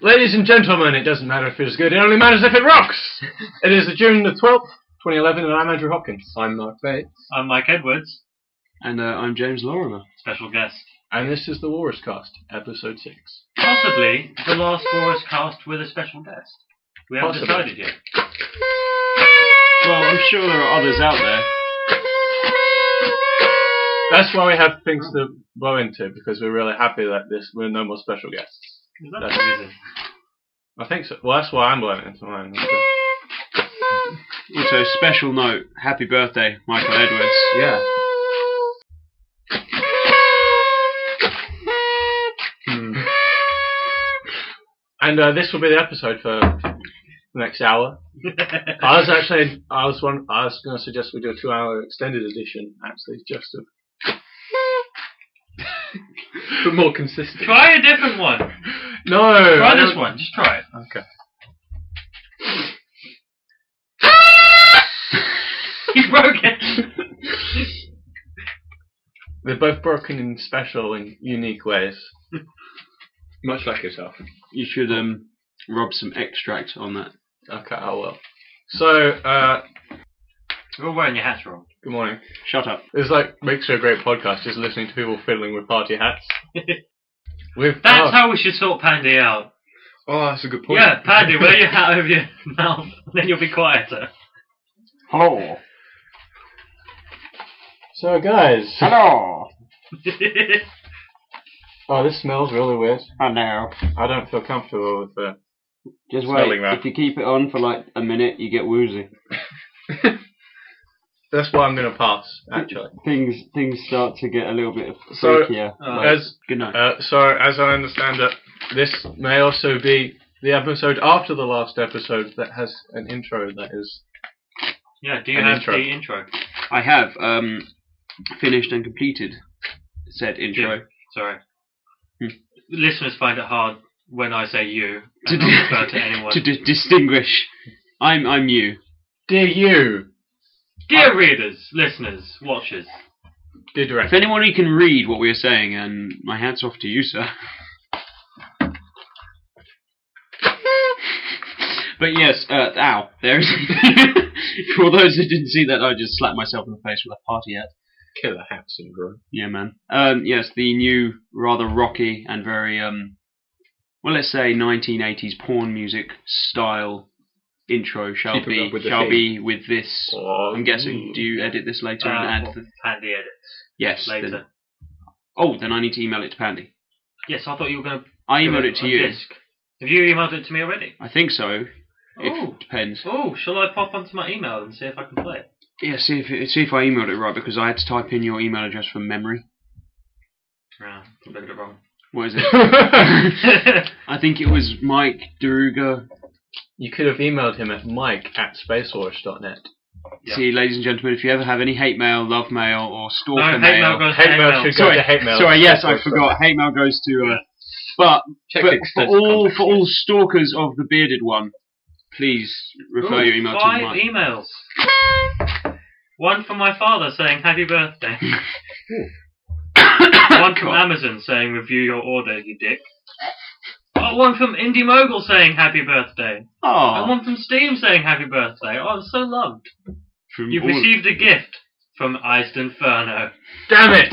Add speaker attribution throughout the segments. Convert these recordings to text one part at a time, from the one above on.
Speaker 1: Ladies and gentlemen, it doesn't matter if it's good, it only matters if it rocks! it is June the 12th, 2011, and I'm Andrew Hopkins.
Speaker 2: I'm Mark Bates.
Speaker 3: I'm Mike Edwards,
Speaker 2: And uh, I'm James Lorimer.
Speaker 3: special guest.
Speaker 1: And this is the Walrus Cast, episode 6.
Speaker 3: Possibly the last Boris cast with a special guest. We haven't
Speaker 1: Possibly.
Speaker 3: decided yet.
Speaker 2: Well, I'm sure there are others out there.
Speaker 1: That's why we have things to blow into, because we're really happy that this we're no more special guests.
Speaker 3: Is that
Speaker 1: That's-
Speaker 3: the reason?
Speaker 1: I think so. Well, that's why I'm blowing into mine.
Speaker 2: Also, special note happy birthday, Michael Edwards.
Speaker 1: Yeah. Hmm. And uh, this will be the episode for the next hour. I was actually, I was one, I was going to suggest we do a two-hour extended edition, actually, just to, but more consistent.
Speaker 3: try a different one.
Speaker 1: No, I
Speaker 3: Try this
Speaker 1: don't-
Speaker 3: one. Just try it.
Speaker 1: Okay.
Speaker 3: You broke it.
Speaker 1: They're both broken in special and unique ways. Much like yourself.
Speaker 2: You should um, rub some extract on that.
Speaker 1: Okay, I will. So, uh,
Speaker 3: You're all wearing your hats wrong.
Speaker 1: good morning.
Speaker 2: Shut up.
Speaker 1: It's like makes for a great podcast, just listening to people fiddling with party hats. With
Speaker 3: That's
Speaker 1: oh,
Speaker 3: how we should sort Pandy out.
Speaker 4: Oh, that's a good point.
Speaker 3: Yeah, Pandy, wear your hat over your mouth, then you'll be quieter.
Speaker 2: Hello.
Speaker 1: so, guys.
Speaker 2: Hello.
Speaker 1: Oh, this smells really weird.
Speaker 2: I know.
Speaker 1: I don't feel comfortable with the.
Speaker 2: Just
Speaker 1: Smelling that.
Speaker 2: you keep it on for like a minute, you get woozy.
Speaker 1: That's why I'm going to pass. Actually,
Speaker 2: Things things start to get a little bit
Speaker 1: So,
Speaker 2: freakier.
Speaker 3: Oh,
Speaker 1: as
Speaker 2: Good night.
Speaker 1: uh, so as I understand it, this may also be the episode after the last episode that has an intro that is.
Speaker 3: yeah, do you
Speaker 1: an
Speaker 3: have
Speaker 1: intro.
Speaker 3: the intro?
Speaker 2: I have um, finished and completed said intro.
Speaker 3: Sorry.
Speaker 2: Hmm.
Speaker 3: Listeners find it hard when I say you
Speaker 2: To
Speaker 3: and
Speaker 2: do-
Speaker 3: not refer to anyone.
Speaker 2: to di- distinguish. I'm I'm you.
Speaker 1: Dear you,
Speaker 3: Dear readers, listeners, watchers,
Speaker 1: dear
Speaker 2: If
Speaker 1: director.
Speaker 2: anyone who can read what we are saying, and my hats off to you, sir. But yes, uh, ow, there's. For those who didn't see that, I just slapped myself in the face with a party hat.
Speaker 1: Killer Hat Syndrome.
Speaker 2: Yeah, man. Um, yes, the new, rather rocky and very, um, well, let's say 1980s porn music style intro shall
Speaker 4: Keeping
Speaker 2: be
Speaker 4: up with the
Speaker 2: shall
Speaker 4: theme. Mm.
Speaker 2: be with this.
Speaker 1: Oh,
Speaker 2: I'm guessing. Do you edit this later
Speaker 3: Uh,
Speaker 2: and add?
Speaker 3: what-
Speaker 2: The,
Speaker 3: Pandy edits
Speaker 2: yes. then-
Speaker 3: later.
Speaker 2: oh, then I need to email it to Pandy.
Speaker 3: Yes, I thought you were going to.
Speaker 2: I emailed it to you.
Speaker 3: Disc. Have you emailed it to me already?
Speaker 2: I think so. If,
Speaker 3: Oh.
Speaker 2: depends.
Speaker 3: Oh, shall I pop onto my email and see if I can play it?
Speaker 2: Yeah, see if see if I emailed it right because I had to type in your email address from memory.
Speaker 3: Yeah, I looked at it wrong.
Speaker 2: What is it? I think it was Mike Deruga.
Speaker 1: You could have emailed him at mike at spacewars.net.
Speaker 3: Yeah.
Speaker 2: See, ladies and gentlemen, if you ever have any hate mail, love mail, or stalker
Speaker 3: no, hate mail goes to
Speaker 1: Hate
Speaker 3: hate
Speaker 1: mail
Speaker 3: mail.
Speaker 1: should go
Speaker 2: sorry,
Speaker 1: to hate mail.
Speaker 2: sorry, yes, I forgot. Hate mail goes to. Uh, but
Speaker 4: Check the
Speaker 2: but for
Speaker 4: extent of
Speaker 2: all
Speaker 4: context.
Speaker 2: for all stalkers of the bearded one, please refer
Speaker 3: Ooh,
Speaker 2: your email to
Speaker 3: five e-
Speaker 2: Mike.
Speaker 3: emails. One from my father saying happy birthday. One from Amazon saying review your order, you dick. Oh, one from Indie Mogul saying happy birthday. And
Speaker 2: Oh,
Speaker 3: one from Steam saying happy birthday. Oh, I'm so loved.
Speaker 2: from
Speaker 3: You've
Speaker 2: all-
Speaker 3: receivd a gift from Iced Inferno.
Speaker 1: Damn it!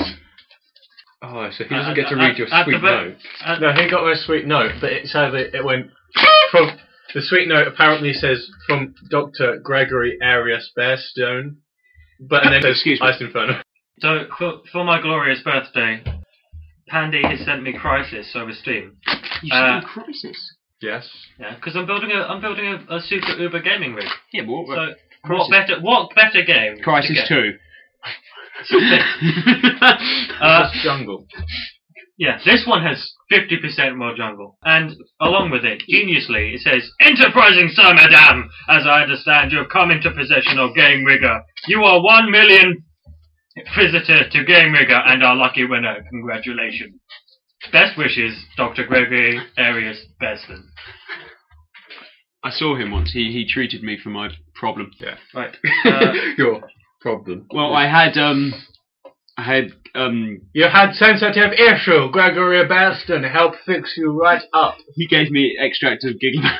Speaker 4: Oh, so he
Speaker 3: Uh,
Speaker 4: doesn't get to
Speaker 3: uh,
Speaker 4: read your
Speaker 3: uh,
Speaker 4: sweet
Speaker 3: uh, but-
Speaker 4: note.
Speaker 3: Uh,
Speaker 1: No, he got a sweet note, but it sadly it went from the sweet note apparently says from Doctor Gregory Arias Bearstone, but and then says
Speaker 2: Excuse me.
Speaker 1: Ice Inferno.
Speaker 3: So, for, for my glorious birthday, Pandy has sent me Crisis over Steam.
Speaker 2: You
Speaker 3: Uh,
Speaker 2: sound crisis.
Speaker 4: Yes.
Speaker 3: Yeah, because I'm building a I'm building a, a super uber gaming rig.
Speaker 2: Yeah, but what,
Speaker 3: So,
Speaker 2: Crisis.
Speaker 3: what better what better game? to
Speaker 2: Crisis
Speaker 3: get?
Speaker 2: Two.
Speaker 3: Uh,
Speaker 1: Just jungle.
Speaker 3: yeah, this one has 50% more jungle. And along with it, geniusly, it says, Enterprising Sir Madame, as I understand you have come into possession of Game Rigger. You are one million Visitor to Game Rigger and our lucky winner. Congratulations. Best wishes, Dr. Gregory Arias Besson.
Speaker 2: I saw him once. He he treated me for my problem.
Speaker 3: Right. Uh,
Speaker 4: Your problem.
Speaker 2: Well, I had um, I had um.
Speaker 1: You had sensitive issue. Gregory Baston help fix you right up.
Speaker 2: He gave me extract of Gigman,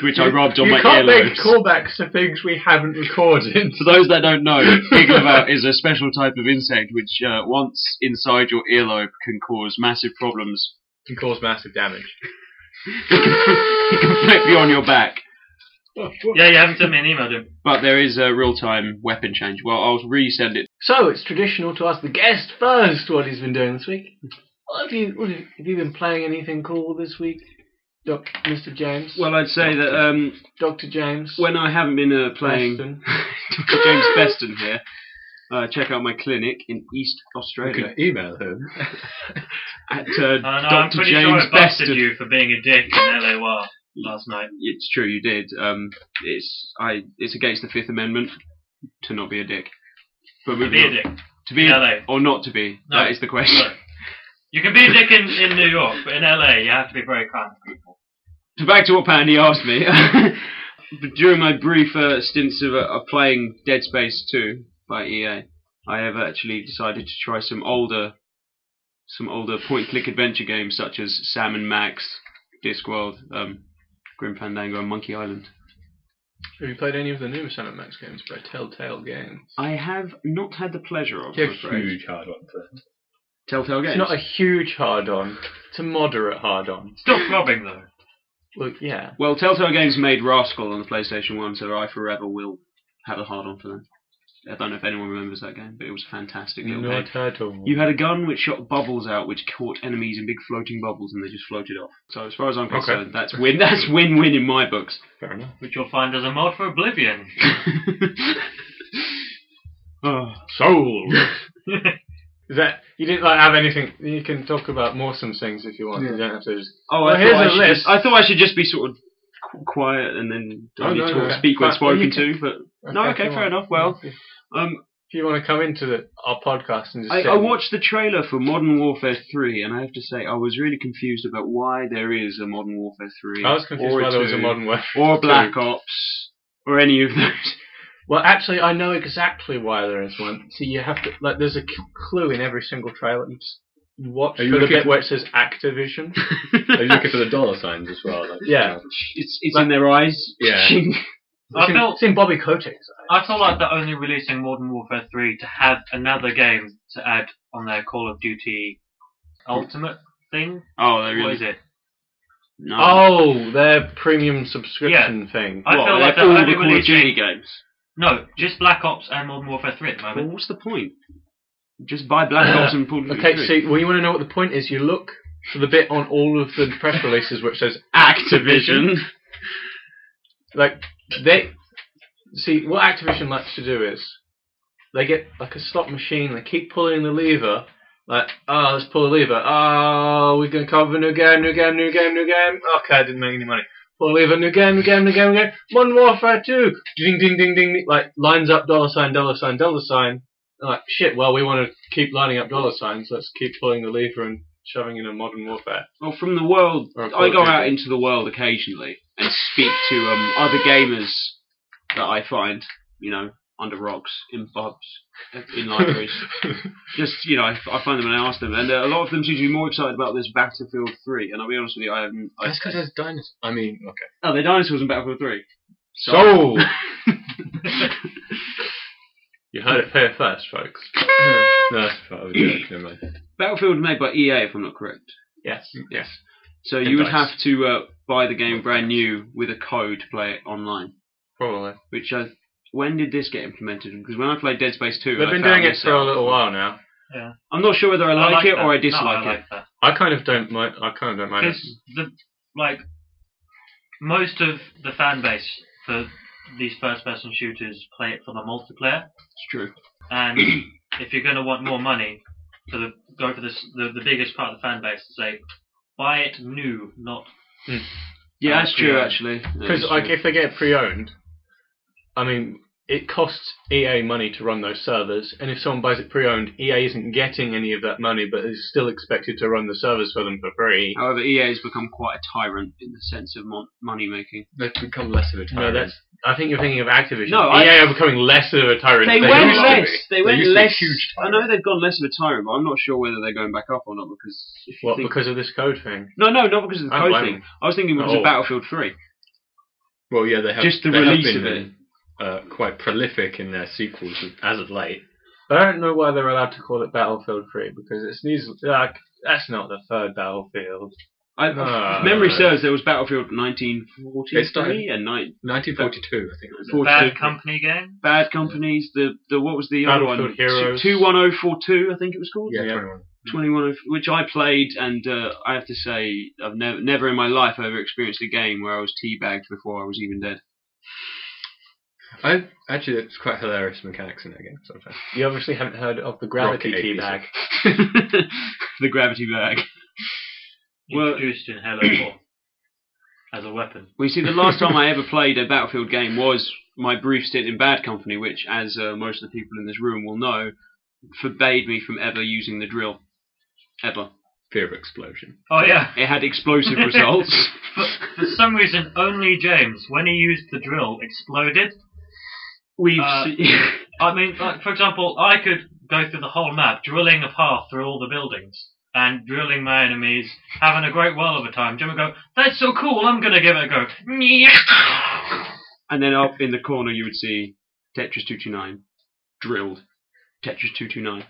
Speaker 2: which I rubbed on
Speaker 1: you
Speaker 2: my
Speaker 1: can't make
Speaker 2: earlobes.
Speaker 1: callbacks to things we haven't recorded.
Speaker 2: For those that don't know, Giglobout is a special type of insect which, uh, once inside your earlobe, can cause massive problems.
Speaker 1: can cause massive damage.
Speaker 2: It can, fl- it can flip you on your back.
Speaker 3: yeah, you haven't sent me an email, Jim.
Speaker 2: But there is a real-time weapon change. Well, I'll resend it.
Speaker 1: So it's traditional to ask the guest first what he's been doing this week. What have you what have have you been playing anything cool this week, Doc, Mr. James?
Speaker 2: Well, I'd say that um,
Speaker 1: Doctor James.
Speaker 2: when I haven't been uh, playing
Speaker 1: Preston.
Speaker 2: Dr. James Beston here, uh, check out my clinic in East
Speaker 4: You
Speaker 2: Australia
Speaker 4: can email him.
Speaker 2: at
Speaker 3: Uh,
Speaker 2: uh,
Speaker 3: no, I'm
Speaker 2: Dr.
Speaker 3: pretty sure
Speaker 2: James
Speaker 3: I busted
Speaker 2: Beston.
Speaker 3: you for being a dick in LAR last night.
Speaker 2: It's true, you did. Um, it's I. It's against the Fifth Amendment to not be a dick. But
Speaker 3: You can
Speaker 2: moving
Speaker 3: be a
Speaker 2: on.
Speaker 3: dick.
Speaker 2: To be
Speaker 3: in LA.
Speaker 2: or not to be?
Speaker 3: No.
Speaker 2: That is the question.
Speaker 3: Look, you can be a dick in, in New York, but in LA, you have to be very kind to people.
Speaker 2: So back to what Pandy asked me. But During my brief uh, stints of, uh, of playing Dead Space 2 by EA, I have actually decided to try some older, some older point-click adventure games such as Sam and Max, Discworld, um, Grim Fandango, and Monkey Island.
Speaker 4: Have you played any of the newer Sam and Max games by Telltale Games?
Speaker 2: I have not had the pleasure of.
Speaker 4: Yeah,
Speaker 2: I'm afraid.
Speaker 4: huge hard one.
Speaker 2: Telltale Games.
Speaker 1: It's not a huge hard on. It's a moderate hard on.
Speaker 3: Still throbbing, though.
Speaker 1: Look, yeah.
Speaker 2: Well, Telltale Games made Rascal on the PlayStation 1, so I forever will have a hard on for them. I don't know if anyone remembers that game, but it was a fantastic little game.
Speaker 4: at all.
Speaker 2: You had a gun which shot bubbles out, which caught enemies in big floating bubbles, and they just floated off. So as far as I'm concerned, that's win. That's win-win in my books.
Speaker 4: Fair enough.
Speaker 3: Which you'll find as a mod for Oblivion.
Speaker 2: oh,
Speaker 1: Soul. Is that you didn't like have anything? You can talk about more some things if you want. You don't have to just.
Speaker 2: oh
Speaker 1: Well,
Speaker 2: I,
Speaker 1: here's
Speaker 2: thought I,
Speaker 1: a
Speaker 2: should
Speaker 1: list.
Speaker 2: Just, I thought I should just be sort of qu- quiet and then I
Speaker 4: Oh,
Speaker 2: need
Speaker 4: no,
Speaker 2: to
Speaker 4: no, no.
Speaker 2: speak when
Speaker 1: But- well,
Speaker 2: spoken
Speaker 1: you
Speaker 2: to. But no,
Speaker 1: if
Speaker 2: okay,
Speaker 1: you
Speaker 2: fair
Speaker 1: want.
Speaker 2: enough. Well,
Speaker 1: if
Speaker 2: um,
Speaker 1: you want to come into the, our podcast and just.
Speaker 2: I,
Speaker 1: sit
Speaker 2: I
Speaker 1: and-
Speaker 2: watched the trailer for Modern Warfare 3, and I have to say, I was really confused about why there is a Modern Warfare 3.
Speaker 1: I was confused
Speaker 2: or
Speaker 1: why there was a
Speaker 2: 2,
Speaker 1: modern warfare.
Speaker 2: Or Black Ops, or any of those.
Speaker 1: Well, actually, I know exactly why there is one. See, you have to like. There's a c- clue in every single trailer. You, just, you watch
Speaker 4: Are you
Speaker 1: for the
Speaker 4: looking
Speaker 1: bit
Speaker 4: for-
Speaker 1: where it says Activision.
Speaker 4: Are you looking for the dollar signs as well? Like,
Speaker 1: Yeah.
Speaker 2: it's it's in their eyes.
Speaker 4: Yeah.
Speaker 3: I
Speaker 1: It's in,
Speaker 3: felt-
Speaker 1: it's in Bobby Kotick's.
Speaker 3: I feel like they're only releasing Modern Warfare 3 to have another game to add on their Call of Duty Ultimate thing.
Speaker 2: oh, they
Speaker 3: What is
Speaker 2: really.
Speaker 3: it?
Speaker 2: No.
Speaker 1: Oh, their premium subscription thing.
Speaker 3: I
Speaker 2: What,
Speaker 3: feel like
Speaker 2: they're
Speaker 3: they're
Speaker 2: all
Speaker 3: only
Speaker 2: the Call of Duty
Speaker 3: releasing.
Speaker 2: games.
Speaker 3: No, just Black Ops and Modern Warfare 3 at the
Speaker 2: Well,
Speaker 3: moment.
Speaker 2: what's the point? Just buy Black Ops and Call of Duty
Speaker 1: Okay,
Speaker 2: 3.
Speaker 1: see, well, you want to know what the point is? You look for the bit on all of the press releases which says
Speaker 2: Activision.
Speaker 1: like they see what Activision likes to do is they get like a slot machine. They keep pulling the lever. Like, oh, let's pull the lever. Oh, we're gonna cover new game, new game, new game, new game. Okay, I didn't make any money. Pull the lever, new game, new game, new game, new game. Modern Warfare 2. Ding, ding, ding, ding, ding. Like lines up dollar sign, dollar sign, dollar sign. And like shit. Well, we want to keep lining up dollar signs. Let's keep pulling the lever and shoving in a Modern Warfare.
Speaker 2: Well, from the world,
Speaker 1: Or a
Speaker 2: I go
Speaker 1: quality
Speaker 2: out
Speaker 1: game.
Speaker 2: into the world occasionally and speak to um, other gamers that I find, you know, under rocks, in pubs, in libraries. Just, you know, I, I find them and I ask them, and uh, a lot of them seem to be more excited about this Battlefield 3. And I'll be honest with you, I haven't. I,
Speaker 4: That's because there's dinosaurs. I mean, okay.
Speaker 2: oh, they're dinosaurs in Battlefield 3.
Speaker 1: So you heard it here first, folks.
Speaker 4: no, that's what I was doing. Never mind.
Speaker 2: Battlefield made by EA, if I'm not correct.
Speaker 1: Yes.
Speaker 4: Yes.
Speaker 2: So
Speaker 4: And
Speaker 2: you would
Speaker 4: DICE.
Speaker 2: have to uh, buy the game brand new with a code to play it online.
Speaker 1: Probably.
Speaker 2: Which I. When did this get implemented? Because when I played Dead Space 2,
Speaker 1: They've
Speaker 2: I
Speaker 1: been
Speaker 2: found
Speaker 1: doing it
Speaker 2: this
Speaker 1: for a
Speaker 2: out.
Speaker 1: little while now.
Speaker 2: I'm not sure whether I like, it or I dislike
Speaker 3: no, I
Speaker 2: it.
Speaker 3: like that.
Speaker 1: I kind of don't mind. I kind of don't mind.
Speaker 3: Because the like most of the fan base for these first-person shooters play it for the multiplayer,
Speaker 2: It's true.
Speaker 3: and if you're going to want more money, for the go for this, the the biggest part of the fan base and say buy it new, not
Speaker 2: Yeah,
Speaker 3: Uh,
Speaker 2: that's true
Speaker 3: yeah.
Speaker 2: actually. That
Speaker 1: Because
Speaker 2: is
Speaker 1: like
Speaker 2: true.
Speaker 1: if they get pre-owned, I mean, it costs EA money to run those servers, and if someone buys it pre-owned, EA isn't getting any of that money, but is still expected to run the servers for them for free.
Speaker 2: However, EA has become quite a tyrant in the sense of mon- money making.
Speaker 4: They've become less of a
Speaker 1: No,
Speaker 4: tyrant.
Speaker 1: that's. I think you're thinking of Activision.
Speaker 2: No,
Speaker 1: EA
Speaker 2: I-
Speaker 1: are becoming less of a tyrant.
Speaker 2: They,
Speaker 1: than
Speaker 2: went
Speaker 1: used to
Speaker 2: less.
Speaker 1: be.
Speaker 2: They went
Speaker 4: used to be
Speaker 2: less.
Speaker 4: huge
Speaker 2: I know they've gone less of a tyrant, but I'm not sure whether they're going back up or not because if you
Speaker 1: What?
Speaker 2: think
Speaker 1: Because of this code thing?
Speaker 2: no, no, not because of the
Speaker 1: I don't
Speaker 2: code
Speaker 1: blame
Speaker 2: thing.
Speaker 1: them.
Speaker 2: I was thinking because
Speaker 1: Oh.
Speaker 2: of Battlefield Three.
Speaker 4: well, yeah, they have.
Speaker 2: Just the
Speaker 4: they
Speaker 2: release
Speaker 4: have
Speaker 2: of
Speaker 4: been,
Speaker 2: it.
Speaker 4: Uh, quite prolific in their sequels as of late.
Speaker 1: But I don't know why they're allowed to call it Battlefield 3 because it's news like that's not the third Battlefield.
Speaker 2: I,
Speaker 1: No.
Speaker 4: Ah,
Speaker 2: if memory serves, there was Battlefield 1943 and nine,
Speaker 4: 1942, I think it was.
Speaker 2: Four-
Speaker 3: Bad company game.
Speaker 2: Bad Companies. The the what was the other one?
Speaker 1: Battlefield Heroes.
Speaker 2: Two one zero four two, I think it was called.
Speaker 4: Yeah,
Speaker 1: Yeah.
Speaker 4: 21.
Speaker 2: Twenty one, oh which I played, and uh, I have to say, I've never never in my life ever experienced a game where I was teabagged before I was even dead.
Speaker 4: I actually, it's quite hilarious mechanics in that game sometimes.
Speaker 1: You obviously haven't heard of the gravity
Speaker 4: Rocket
Speaker 1: teabag.
Speaker 2: the gravity bag. Well-
Speaker 3: Introduced in Halo 4 as a weapon.
Speaker 2: We see the last time I ever played a Battlefield game was my brief stint in Bad Company, which, as uh, most of the people in this room will know, forbade me from ever using the drill. Ever.
Speaker 4: Fear of explosion.
Speaker 3: Oh yeah.
Speaker 2: It had explosive results.
Speaker 3: For, for some reason, only James, when he used the drill, exploded.
Speaker 2: We've
Speaker 3: Uh,
Speaker 2: se-
Speaker 3: I mean, like, for example, I could go through the whole map, drilling a path through all the buildings and drilling my enemies, having a great while of a time. Jim would go, that's so cool, I'm going to give it a go.
Speaker 2: and then up in the corner you would see Tetris 229, drilled. Tetris 229,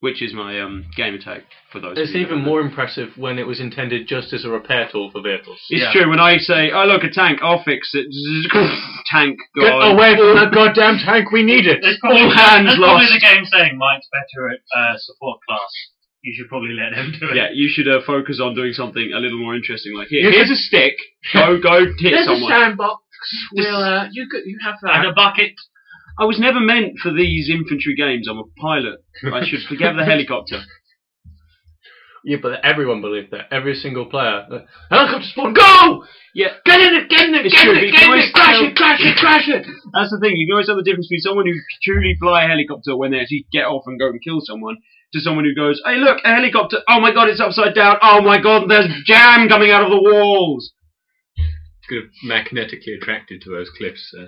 Speaker 2: which is my um, game attack for those.
Speaker 1: It's
Speaker 2: of you that
Speaker 1: even
Speaker 2: don't
Speaker 1: more impressive when it was intended just as a repair tool for vehicles.
Speaker 2: It's
Speaker 3: Yeah.
Speaker 2: true. When I say, "Oh look, a tank! I'll fix it." tank
Speaker 1: Get
Speaker 2: gone.
Speaker 1: away from that goddamn tank! We need it.
Speaker 3: That's probably,
Speaker 2: All hands
Speaker 3: that's probably
Speaker 2: lost.
Speaker 3: the game saying Mike's better at uh, support class. You should probably let him do it.
Speaker 2: Yeah, you should uh, focus on doing something a little more interesting. Like here,
Speaker 1: You
Speaker 2: here's a stick. Go, go, hit someone.
Speaker 1: sandbox. Will uh, you go- you have
Speaker 3: And a bucket.
Speaker 2: I was never meant for these infantry games. I'm a pilot. I should forget the helicopter.
Speaker 1: Yeah, but everyone believed that. Every single player. Like, Helicopter spawn, go!
Speaker 2: Yeah.
Speaker 1: Get in it, get in it,
Speaker 2: It's
Speaker 1: get in
Speaker 2: true,
Speaker 1: it,
Speaker 2: but
Speaker 1: get
Speaker 2: you
Speaker 1: in
Speaker 2: can
Speaker 1: it, crash
Speaker 2: always
Speaker 1: it, crash it, crash it!
Speaker 2: That's the thing. You can always tell the difference between someone who can truly fly a helicopter when they actually get off and go and kill someone, to someone who goes, "Hey, look, a helicopter! Oh my god, it's upside down! Oh my god, there's jam coming out of the walls!"
Speaker 4: Could have magnetically attracted to those cliffs. Uh,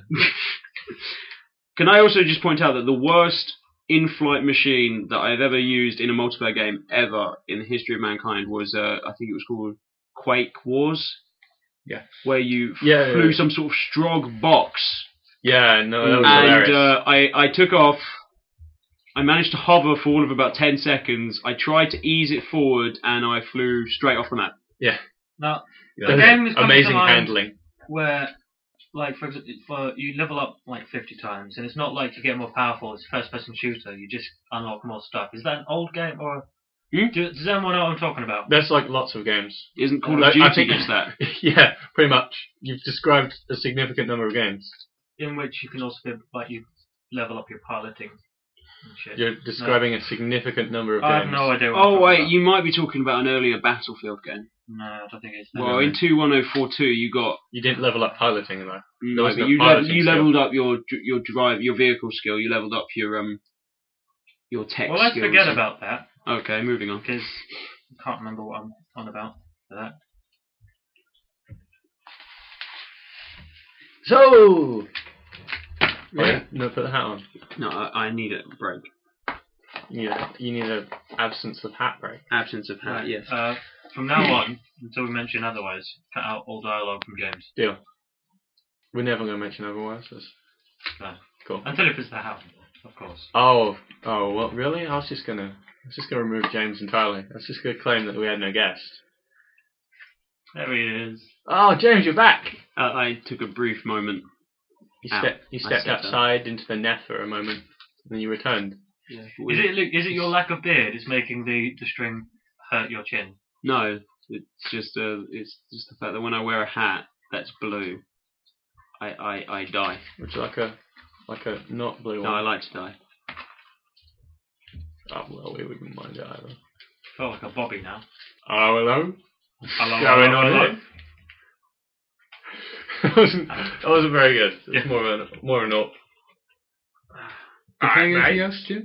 Speaker 2: Can I also just point out that the worst in-flight machine that I've ever used in a multiplayer game ever in the history of mankind was, uh, I think it was called Quake Wars.
Speaker 4: Yeah.
Speaker 2: Where you
Speaker 1: Yeah, yeah,
Speaker 2: flew
Speaker 1: yeah.
Speaker 2: some sort of strog box,
Speaker 1: Yeah, no, that was
Speaker 2: and
Speaker 1: hilarious.
Speaker 2: uh, I I took off. I managed to hover for all of about ten seconds. I tried to ease it forward, and I flew straight off the map.
Speaker 3: Now,
Speaker 4: yeah.
Speaker 3: the game is
Speaker 1: Amazing
Speaker 3: coming to mind
Speaker 1: handling.
Speaker 3: where, like, for example, for, you level up like 50 times, and it's not like you get more powerful. It's a first-person shooter. You just unlock more stuff. Is that an old game or?
Speaker 2: Hmm?
Speaker 3: Do, does anyone know what I'm talking about?
Speaker 1: That's like lots of games.
Speaker 2: Isn't Call
Speaker 1: Like,
Speaker 2: of
Speaker 1: I
Speaker 2: Duty
Speaker 1: think-
Speaker 2: just that?
Speaker 1: yeah, pretty much. You've described a significant number of games.
Speaker 3: in which you can also be, like you level up your piloting and shit.
Speaker 1: You're describing a significant number of
Speaker 3: I
Speaker 1: games.
Speaker 3: have no idea. What
Speaker 2: Oh
Speaker 3: I'm
Speaker 2: wait,
Speaker 3: talking
Speaker 2: you might be talking about an earlier Battlefield game.
Speaker 3: about. No, I don't think it's.
Speaker 2: Well, in two one zero four two, you got
Speaker 1: You didn't level up piloting though.
Speaker 2: No,
Speaker 1: was
Speaker 2: but
Speaker 1: no
Speaker 2: Mm, you lev-
Speaker 1: piloting
Speaker 2: you
Speaker 1: skill.
Speaker 2: leveled up your dr- your drive your vehicle skill. You leveled up your um your tech.
Speaker 3: well, let's
Speaker 2: skills.
Speaker 3: forget about that
Speaker 2: Okay, moving on.
Speaker 3: because I can't remember what I'm on about for that.
Speaker 1: So.
Speaker 4: Yeah.
Speaker 1: Yeah. No, put the hat on.
Speaker 2: No, I, I need a break.
Speaker 1: Yeah, you need an absence of hat break.
Speaker 2: Absence of hat.
Speaker 3: Right,
Speaker 2: Yes.
Speaker 3: Uh, from now on, until we mention otherwise, cut out all dialogue from games
Speaker 1: Deal. We're never going to mention otherwise. That's
Speaker 3: No.
Speaker 1: cool.
Speaker 3: until if it's the house, of course.
Speaker 1: Oh, oh, well, really? I was just gonna, I was just gonna remove James entirely. I was just gonna claim that we had no guest.
Speaker 3: There he is.
Speaker 1: Oh, James, you're back.
Speaker 2: Uh, I took a brief moment.
Speaker 1: You
Speaker 2: Ow.
Speaker 1: stepped, you
Speaker 2: I
Speaker 1: stepped
Speaker 2: stepped up.
Speaker 1: outside into the net for a moment, and then you returned.
Speaker 2: Yeah,
Speaker 3: Is it Luke, is it your lack of beard is making the, the string hurt your chin?
Speaker 2: No, it's just uh, it's just the fact that when I wear a hat that's blue, I I, I die.
Speaker 1: Would you like a, like a not blue
Speaker 2: No, I
Speaker 1: one?
Speaker 2: like to die.
Speaker 1: Oh, well, we wouldn't mind it either.
Speaker 3: I feel like a bobby now.
Speaker 1: Oh, hello.
Speaker 3: Hello,
Speaker 1: Going
Speaker 3: hello,
Speaker 1: on
Speaker 3: hello.
Speaker 1: here. that wasn't, that wasn't very good. It's more of a, more of an up.
Speaker 4: The thing is,
Speaker 1: Alright,
Speaker 4: he asked you.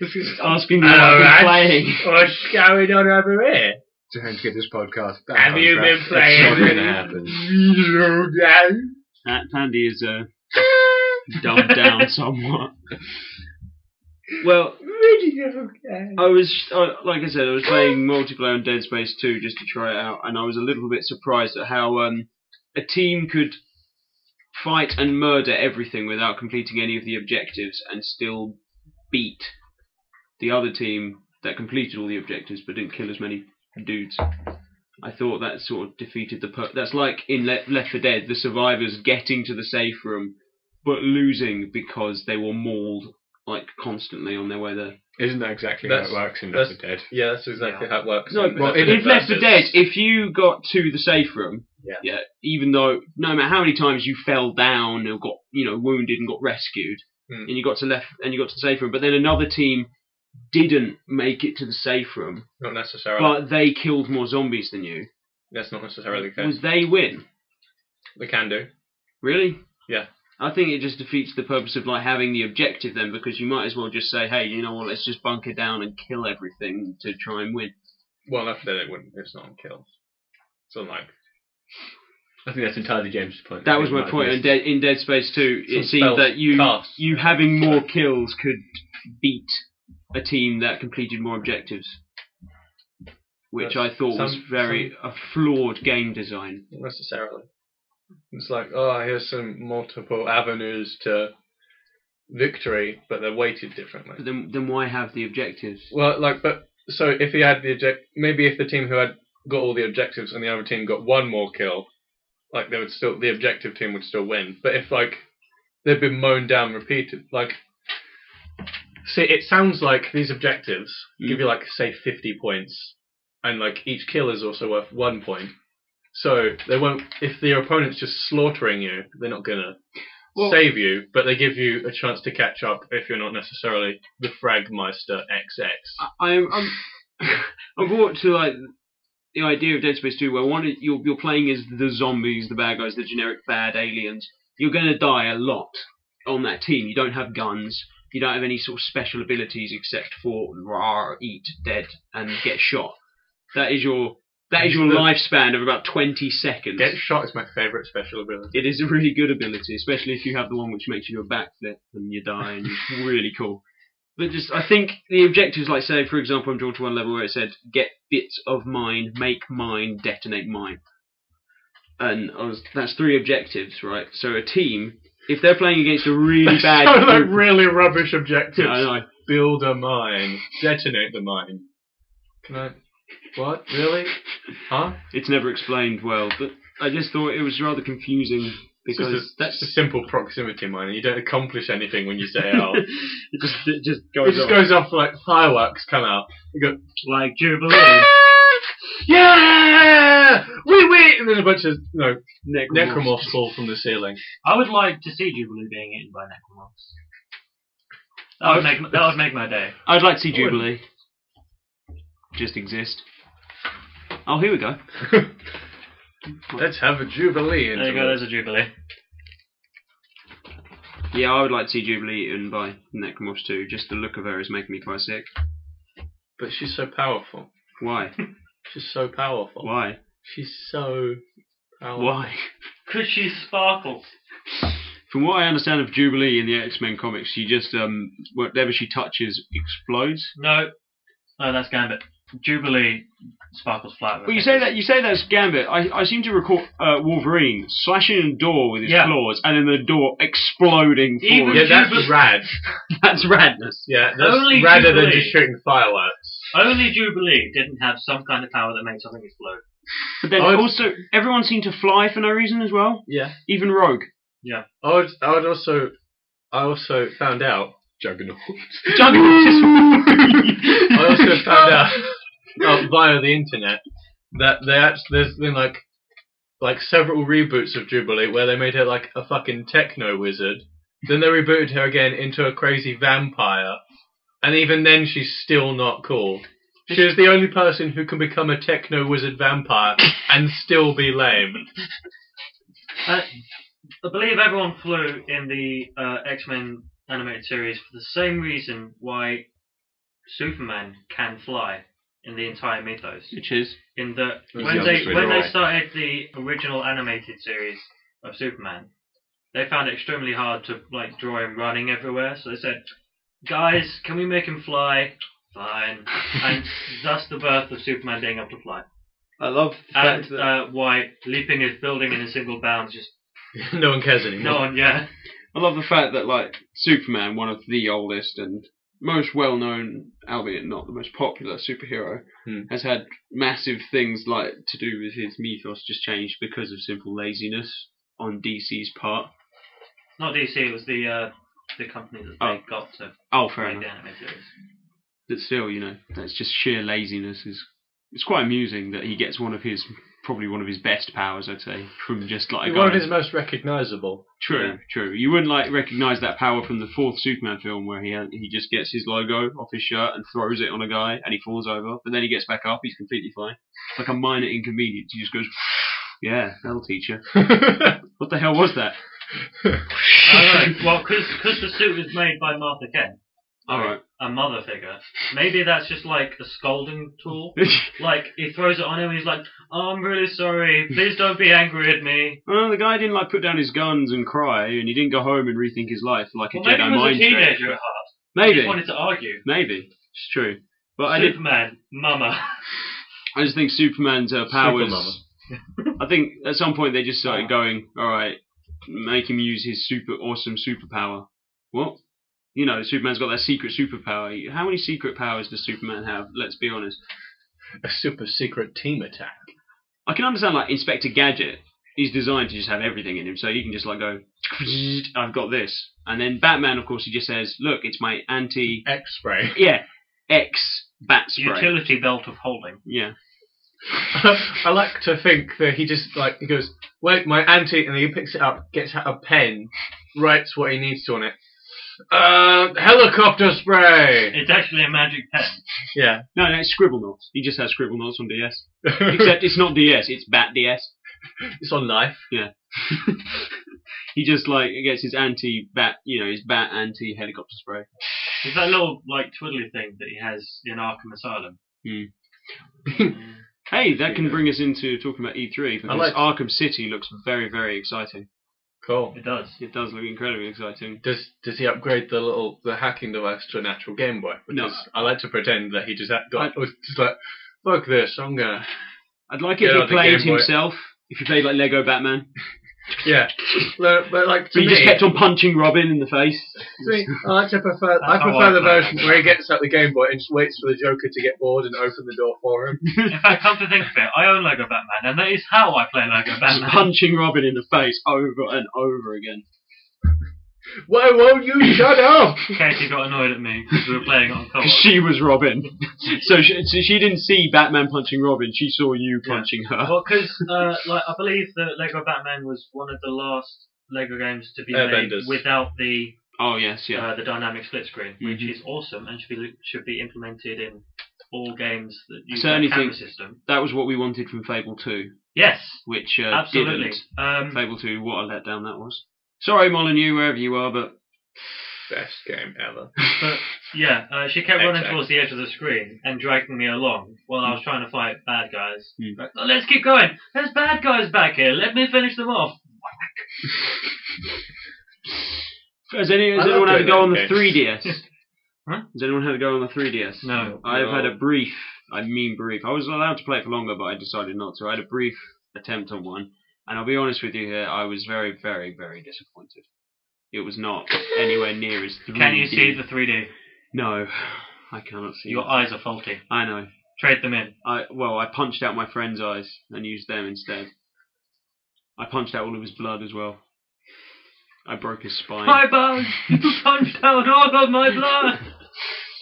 Speaker 2: This is asking you
Speaker 1: All
Speaker 2: what I've
Speaker 1: right.
Speaker 2: been playing.
Speaker 1: What's going on over here?
Speaker 5: to him to get this podcast. back
Speaker 1: Have
Speaker 5: on
Speaker 1: you
Speaker 5: track.
Speaker 1: been
Speaker 5: That's
Speaker 1: playing
Speaker 5: not
Speaker 1: any-
Speaker 5: gonna happen.
Speaker 1: You know.
Speaker 2: That Pandy is uh, dumbed down somewhat. Well, I was I, like I said, I was playing multiplayer on Dead Space 2 just to try it out, and I was a little bit surprised at how um, a team could fight and murder everything without completing any of the objectives and still beat the other team that completed all the objectives but didn't kill as many dudes. I thought that sort of defeated the pur- that's like in Le- Left 4 Dead, the survivors getting to the safe room but losing because they were mauled like constantly on their way there.
Speaker 4: Isn't that exactly
Speaker 1: That's-
Speaker 4: how it works in
Speaker 1: that's-
Speaker 4: Left 4 Dead?
Speaker 1: Yeah, that's exactly how it works.
Speaker 2: No,
Speaker 1: That's
Speaker 4: well,
Speaker 1: an
Speaker 4: if
Speaker 2: If Left 4
Speaker 1: advantage.
Speaker 2: Dead, if you got to the safe room,
Speaker 1: Yeah.
Speaker 2: even though no matter how many times you fell down or got you know wounded and got rescued,
Speaker 1: Hmm.
Speaker 2: and you got to left and you got to the safe room, but then another team didn't make it to the safe room,
Speaker 1: not necessarily.
Speaker 2: but they killed more zombies than you.
Speaker 1: that's not necessarily the case.
Speaker 2: Would they win?
Speaker 1: They can do.
Speaker 2: Really?
Speaker 1: Yeah.
Speaker 2: I think it just defeats the purpose of like having the objective then, because you might as well just say, hey, you know what? Let's just bunker down and kill everything to try and win.
Speaker 1: Well, Left 4 Dead, it wouldn't. It's not on kills. It's unlike.
Speaker 4: I think that's entirely James' point.
Speaker 2: That was my point. In Dead, in Dead Space 2, it
Speaker 1: Some
Speaker 2: seemed
Speaker 1: spells
Speaker 2: that you
Speaker 1: cast.
Speaker 2: you having more kills could beat a team that completed more objectives, which I thought was
Speaker 1: some-
Speaker 2: very a flawed game design.
Speaker 1: Not necessarily. It's like, oh, here's some multiple avenues to victory, but they're weighted
Speaker 2: But
Speaker 1: differently.
Speaker 2: then, then why have the objectives?
Speaker 1: Well, like, but so if he had the object, maybe if the team who had got all the objectives and the other team got one more kill, like they would still the objective team would still win. But if like they've been mown down repeated, like. See, it sounds like these objectives give you like say 50 points, and like each kill is also worth one point. So they won't. If the opponent's just slaughtering you, they're not gonna
Speaker 2: Well-
Speaker 1: save you. But they give you a chance to catch up if you're not necessarily the Fragmeister XX.
Speaker 2: I- I'm I'm I'm brought to like the idea of Dead Space 2, where one is- you're you're playing as the zombies, the bad guys, the generic bad aliens. You're gonna die a lot on that team. You don't have guns. You don't have any sort of special abilities except for rar, eat, dead, and get shot. That is your that is your lifespan of about 20 seconds.
Speaker 1: Get shot is my favorite special ability.
Speaker 2: It is a really good ability, especially if you have the one which makes you do a backflip and you die, and it's really cool. But just, I think the objectives, like say, for example, I'm drawn to one level where it said, "Get bits of mine, make mine, detonate mine," and I was, that's three objectives, right? So a team, if they're playing against a really bad,
Speaker 1: so like
Speaker 2: group-
Speaker 1: really rubbish objectives.
Speaker 2: I know.
Speaker 1: Build a mine, detonate the mine. Can I? What really? Huh?
Speaker 2: it's never explained well, but I just thought it was rather confusing
Speaker 1: It's just a-
Speaker 2: because
Speaker 1: that's a simple proximity mine. and You don't accomplish anything when you set it out.
Speaker 2: it just it just
Speaker 1: it
Speaker 2: goes
Speaker 1: just
Speaker 2: on.
Speaker 1: goes off like fireworks come out. You go,
Speaker 3: Like Jubilee.
Speaker 1: yeah, we win, and then a bunch of you know, necromorphs fall from the ceiling.
Speaker 3: I would like to see Jubilee being eaten by necromorphs. That would make that would make my day.
Speaker 2: I'd like to see Jubilee. Just exist. Oh, here we go.
Speaker 1: Let's have a jubilee.
Speaker 3: There you go. There's a Jubilee.
Speaker 2: Yeah, I would like to see Jubilee eaten by Necromorphs too. Just the look of her is making me quite sick.
Speaker 1: But she's so powerful.
Speaker 2: Why?
Speaker 1: She's so powerful.
Speaker 2: Why?
Speaker 1: She's so powerful.
Speaker 2: Why?
Speaker 3: Cause she sparkles.
Speaker 2: From what I understand of Jubilee in the X Men comics, she just um whatever she touches explodes.
Speaker 3: No, no, that's Gambit. Jubilee sparkles flat.
Speaker 2: Well, you say that you say that's Gambit. I, I seem to recall uh, Wolverine slashing a door with his
Speaker 3: Yeah.
Speaker 2: claws, and then the door exploding.
Speaker 3: Even-
Speaker 2: forward.
Speaker 1: Yeah, that's
Speaker 3: Jubilee-
Speaker 1: rad.
Speaker 2: that's radness.
Speaker 1: Yeah, that's
Speaker 3: Only
Speaker 1: rather than
Speaker 3: Jubilee.
Speaker 1: just shooting fireworks.
Speaker 3: Only Jubilee didn't have some kind of power that made something explode.
Speaker 2: But then
Speaker 1: I would-
Speaker 2: also, everyone seemed to fly for no reason as well.
Speaker 1: Yeah.
Speaker 2: Even Rogue.
Speaker 1: I would, I would also, I also found out.
Speaker 4: Juggernaut.
Speaker 2: Juggernaut
Speaker 1: I also found out uh, via the internet that they actually, there's been like, like several reboots of Jubilee where they made her like a fucking techno wizard. Then they rebooted her again into a crazy vampire, and even then she's still not cool. She is the only person who can become a techno wizard vampire and still be lame.
Speaker 3: I believe everyone flew in the uh, X Men animated series for the same reason why Superman can fly in the entire mythos.
Speaker 2: Which is
Speaker 3: in that
Speaker 5: It was
Speaker 3: when
Speaker 5: the
Speaker 3: they
Speaker 5: obvious way
Speaker 3: when
Speaker 5: to
Speaker 3: they
Speaker 5: write.
Speaker 3: started the original animated series of Superman, they found it extremely hard to like draw him running everywhere. So they said, "Guys, can we make him fly?" Fine, and thus the birth of Superman being able to fly,
Speaker 2: I love the fact
Speaker 3: and
Speaker 2: that
Speaker 3: uh, why leaping his building in a single bound is just
Speaker 1: no one cares
Speaker 2: Mm-hmm.
Speaker 1: anymore.
Speaker 3: no one, yeah,
Speaker 2: I love the fact that like Superman, one of the oldest and most well-known, albeit not the most popular superhero,
Speaker 1: Hmm.
Speaker 2: has had massive things like to do with his mythos just changed because of simple laziness on DC's part.
Speaker 3: not DC. It was the uh, the company that they
Speaker 2: Oh.
Speaker 3: got to
Speaker 2: Oh, fair
Speaker 3: make the
Speaker 2: enough.
Speaker 3: animated series.
Speaker 2: But still, you know, that's just sheer laziness. Is it's quite amusing that he gets one of his probably one of his best powers, I'd say, from just like a
Speaker 1: One of
Speaker 2: guy-
Speaker 1: his most recognisable.
Speaker 2: True,
Speaker 3: Yeah.
Speaker 2: true. You wouldn't like recognize that power from the fourth Superman film where he he just gets his logo off his shirt and throws it on a guy and he falls over, but then he gets back up. He's completely fine. It's like a minor inconvenience. He just goes, "Yeah, that'll teach you." What the hell was that?
Speaker 3: I don't know. Well, because the suit was made by Martha Kent.
Speaker 2: All right.
Speaker 3: a mother figure. Maybe that's just like a scolding tool. Like he throws it on him and he's like, oh, "I'm really
Speaker 2: Hmm.
Speaker 3: sorry. Please don't be angry at me."
Speaker 2: well, the guy didn't like put down his guns and cry, and he didn't go home and rethink his life like
Speaker 3: Well,
Speaker 2: a
Speaker 3: maybe
Speaker 2: Jedi
Speaker 3: he was
Speaker 2: mind
Speaker 3: a
Speaker 2: trick.
Speaker 3: teenager at heart. He
Speaker 2: Maybe,
Speaker 3: just wanted to argue.
Speaker 2: maybe it's true. But I did.
Speaker 3: Superman, mama.
Speaker 2: I just think Superman's uh, powers.
Speaker 3: Supermama.
Speaker 2: I think at some point they just started going, all right, make him use his super awesome superpower. What? You know, Superman's got that secret superpower. How many secret powers does Superman have? Let's be honest.
Speaker 1: A super secret team attack.
Speaker 2: I can understand like Inspector Gadget. He's designed to just have everything in him, so you can just like go, I've got this. And then Batman, of course, he just says, look, it's my anti,
Speaker 1: X spray.
Speaker 2: yeah, X bat spray.
Speaker 3: Utility belt of holding.
Speaker 2: yeah.
Speaker 1: I like to think that he just like he goes, wait, my auntie, and he picks it up, gets out a pen, writes what he needs to on it. Uh, helicopter spray.
Speaker 3: It's actually a magic pen.
Speaker 1: Yeah.
Speaker 2: No, no, it's scribble knots. He just has scribble knots on DS. Except it's not DS, it's Bat DS.
Speaker 1: it's on life.
Speaker 2: he just like gets his anti bat, you know, his bat anti helicopter spray.
Speaker 3: It's that little like twiddly thing that he has in Arkham Asylum.
Speaker 2: Hmm.
Speaker 3: Mm.
Speaker 2: Hey, that can bring us into talking about E3 because
Speaker 1: like-
Speaker 2: Arkham City looks very, very exciting.
Speaker 1: Cool.
Speaker 3: it does.
Speaker 2: It does look incredibly exciting.
Speaker 1: Does does he upgrade the little the hacking device to an actual Game Boy?
Speaker 2: No.
Speaker 1: Because I like to pretend that he just had- got was just like, fuck this, I'm gonna
Speaker 2: I'd like
Speaker 1: Yeah,
Speaker 2: it
Speaker 1: I
Speaker 2: if
Speaker 1: think
Speaker 2: he played
Speaker 1: Game Boy-
Speaker 2: himself. If he played like Lego Batman,
Speaker 1: yeah. But, but like to
Speaker 2: so he
Speaker 1: me,
Speaker 2: just kept on punching Robin in the face.
Speaker 1: See, I like to prefer. I
Speaker 3: That's how
Speaker 1: prefer
Speaker 3: I
Speaker 1: the
Speaker 3: play.
Speaker 1: version where he gets out the Game Boy and just waits for the Joker to get bored and open the door for him.
Speaker 3: In fact, come to think of it, I own Lego Batman, and that is how I play Lego
Speaker 2: Just
Speaker 3: Batman.
Speaker 2: punching Robin in the face over and over again.
Speaker 1: Why won't you shut up?
Speaker 3: Katie got annoyed at me because we were playing it on
Speaker 1: Oh.
Speaker 3: co-op.
Speaker 2: 'Cause She was Robin, so she, so she didn't see Batman punching Robin. She saw you
Speaker 3: Yeah.
Speaker 2: punching
Speaker 1: Oh.
Speaker 2: her.
Speaker 3: Well, because uh, like I believe that Lego Batman was one of the last Lego games to be
Speaker 1: Airbenders.
Speaker 3: made without the
Speaker 2: Oh yes, yeah.
Speaker 3: uh, the dynamic split screen, which
Speaker 2: Mhm.
Speaker 3: is awesome and should be should be implemented in all games that use
Speaker 2: So
Speaker 3: that
Speaker 2: anything-
Speaker 3: camera system.
Speaker 2: that was what we wanted from Fable Two,
Speaker 3: Yes,
Speaker 2: which uh,
Speaker 3: absolutely.
Speaker 2: didn't.
Speaker 3: Um,
Speaker 2: Fable 2, what a letdown that was. Sorry, Molyneux, wherever you are, but
Speaker 1: Best game ever.
Speaker 3: but yeah, uh, she kept running
Speaker 1: Exactly. Hmm.
Speaker 3: towards the edge of the screen and dragging me along while I was trying to fight bad guys.
Speaker 2: Mm.
Speaker 3: Like, "Oh, let's keep going. There's bad guys back here. Let me finish them off.
Speaker 2: has, any, has
Speaker 1: I love
Speaker 2: anyone had a
Speaker 1: doing
Speaker 2: go
Speaker 1: that
Speaker 2: on the
Speaker 1: game.
Speaker 2: 3DS?
Speaker 3: Huh?
Speaker 2: Has anyone had a go on the 3DS?
Speaker 3: No.
Speaker 2: I've had
Speaker 1: No.
Speaker 2: a brief, I mean brief, I was allowed to play it for longer, but I decided not to. I had a brief attempt on one, and I'll be honest with you here, I was very, very, very disappointed. It was not anywhere near as 3D.
Speaker 3: Can you see the 3D?
Speaker 2: No, I cannot see.
Speaker 3: Your
Speaker 2: it.
Speaker 3: eyes are faulty.
Speaker 2: I know.
Speaker 3: Trade them in.
Speaker 2: I well, I punched out my friend's eyes and used them instead. I punched out all of his blood as well. I broke his spine.
Speaker 3: My bones! You punched out all of my blood!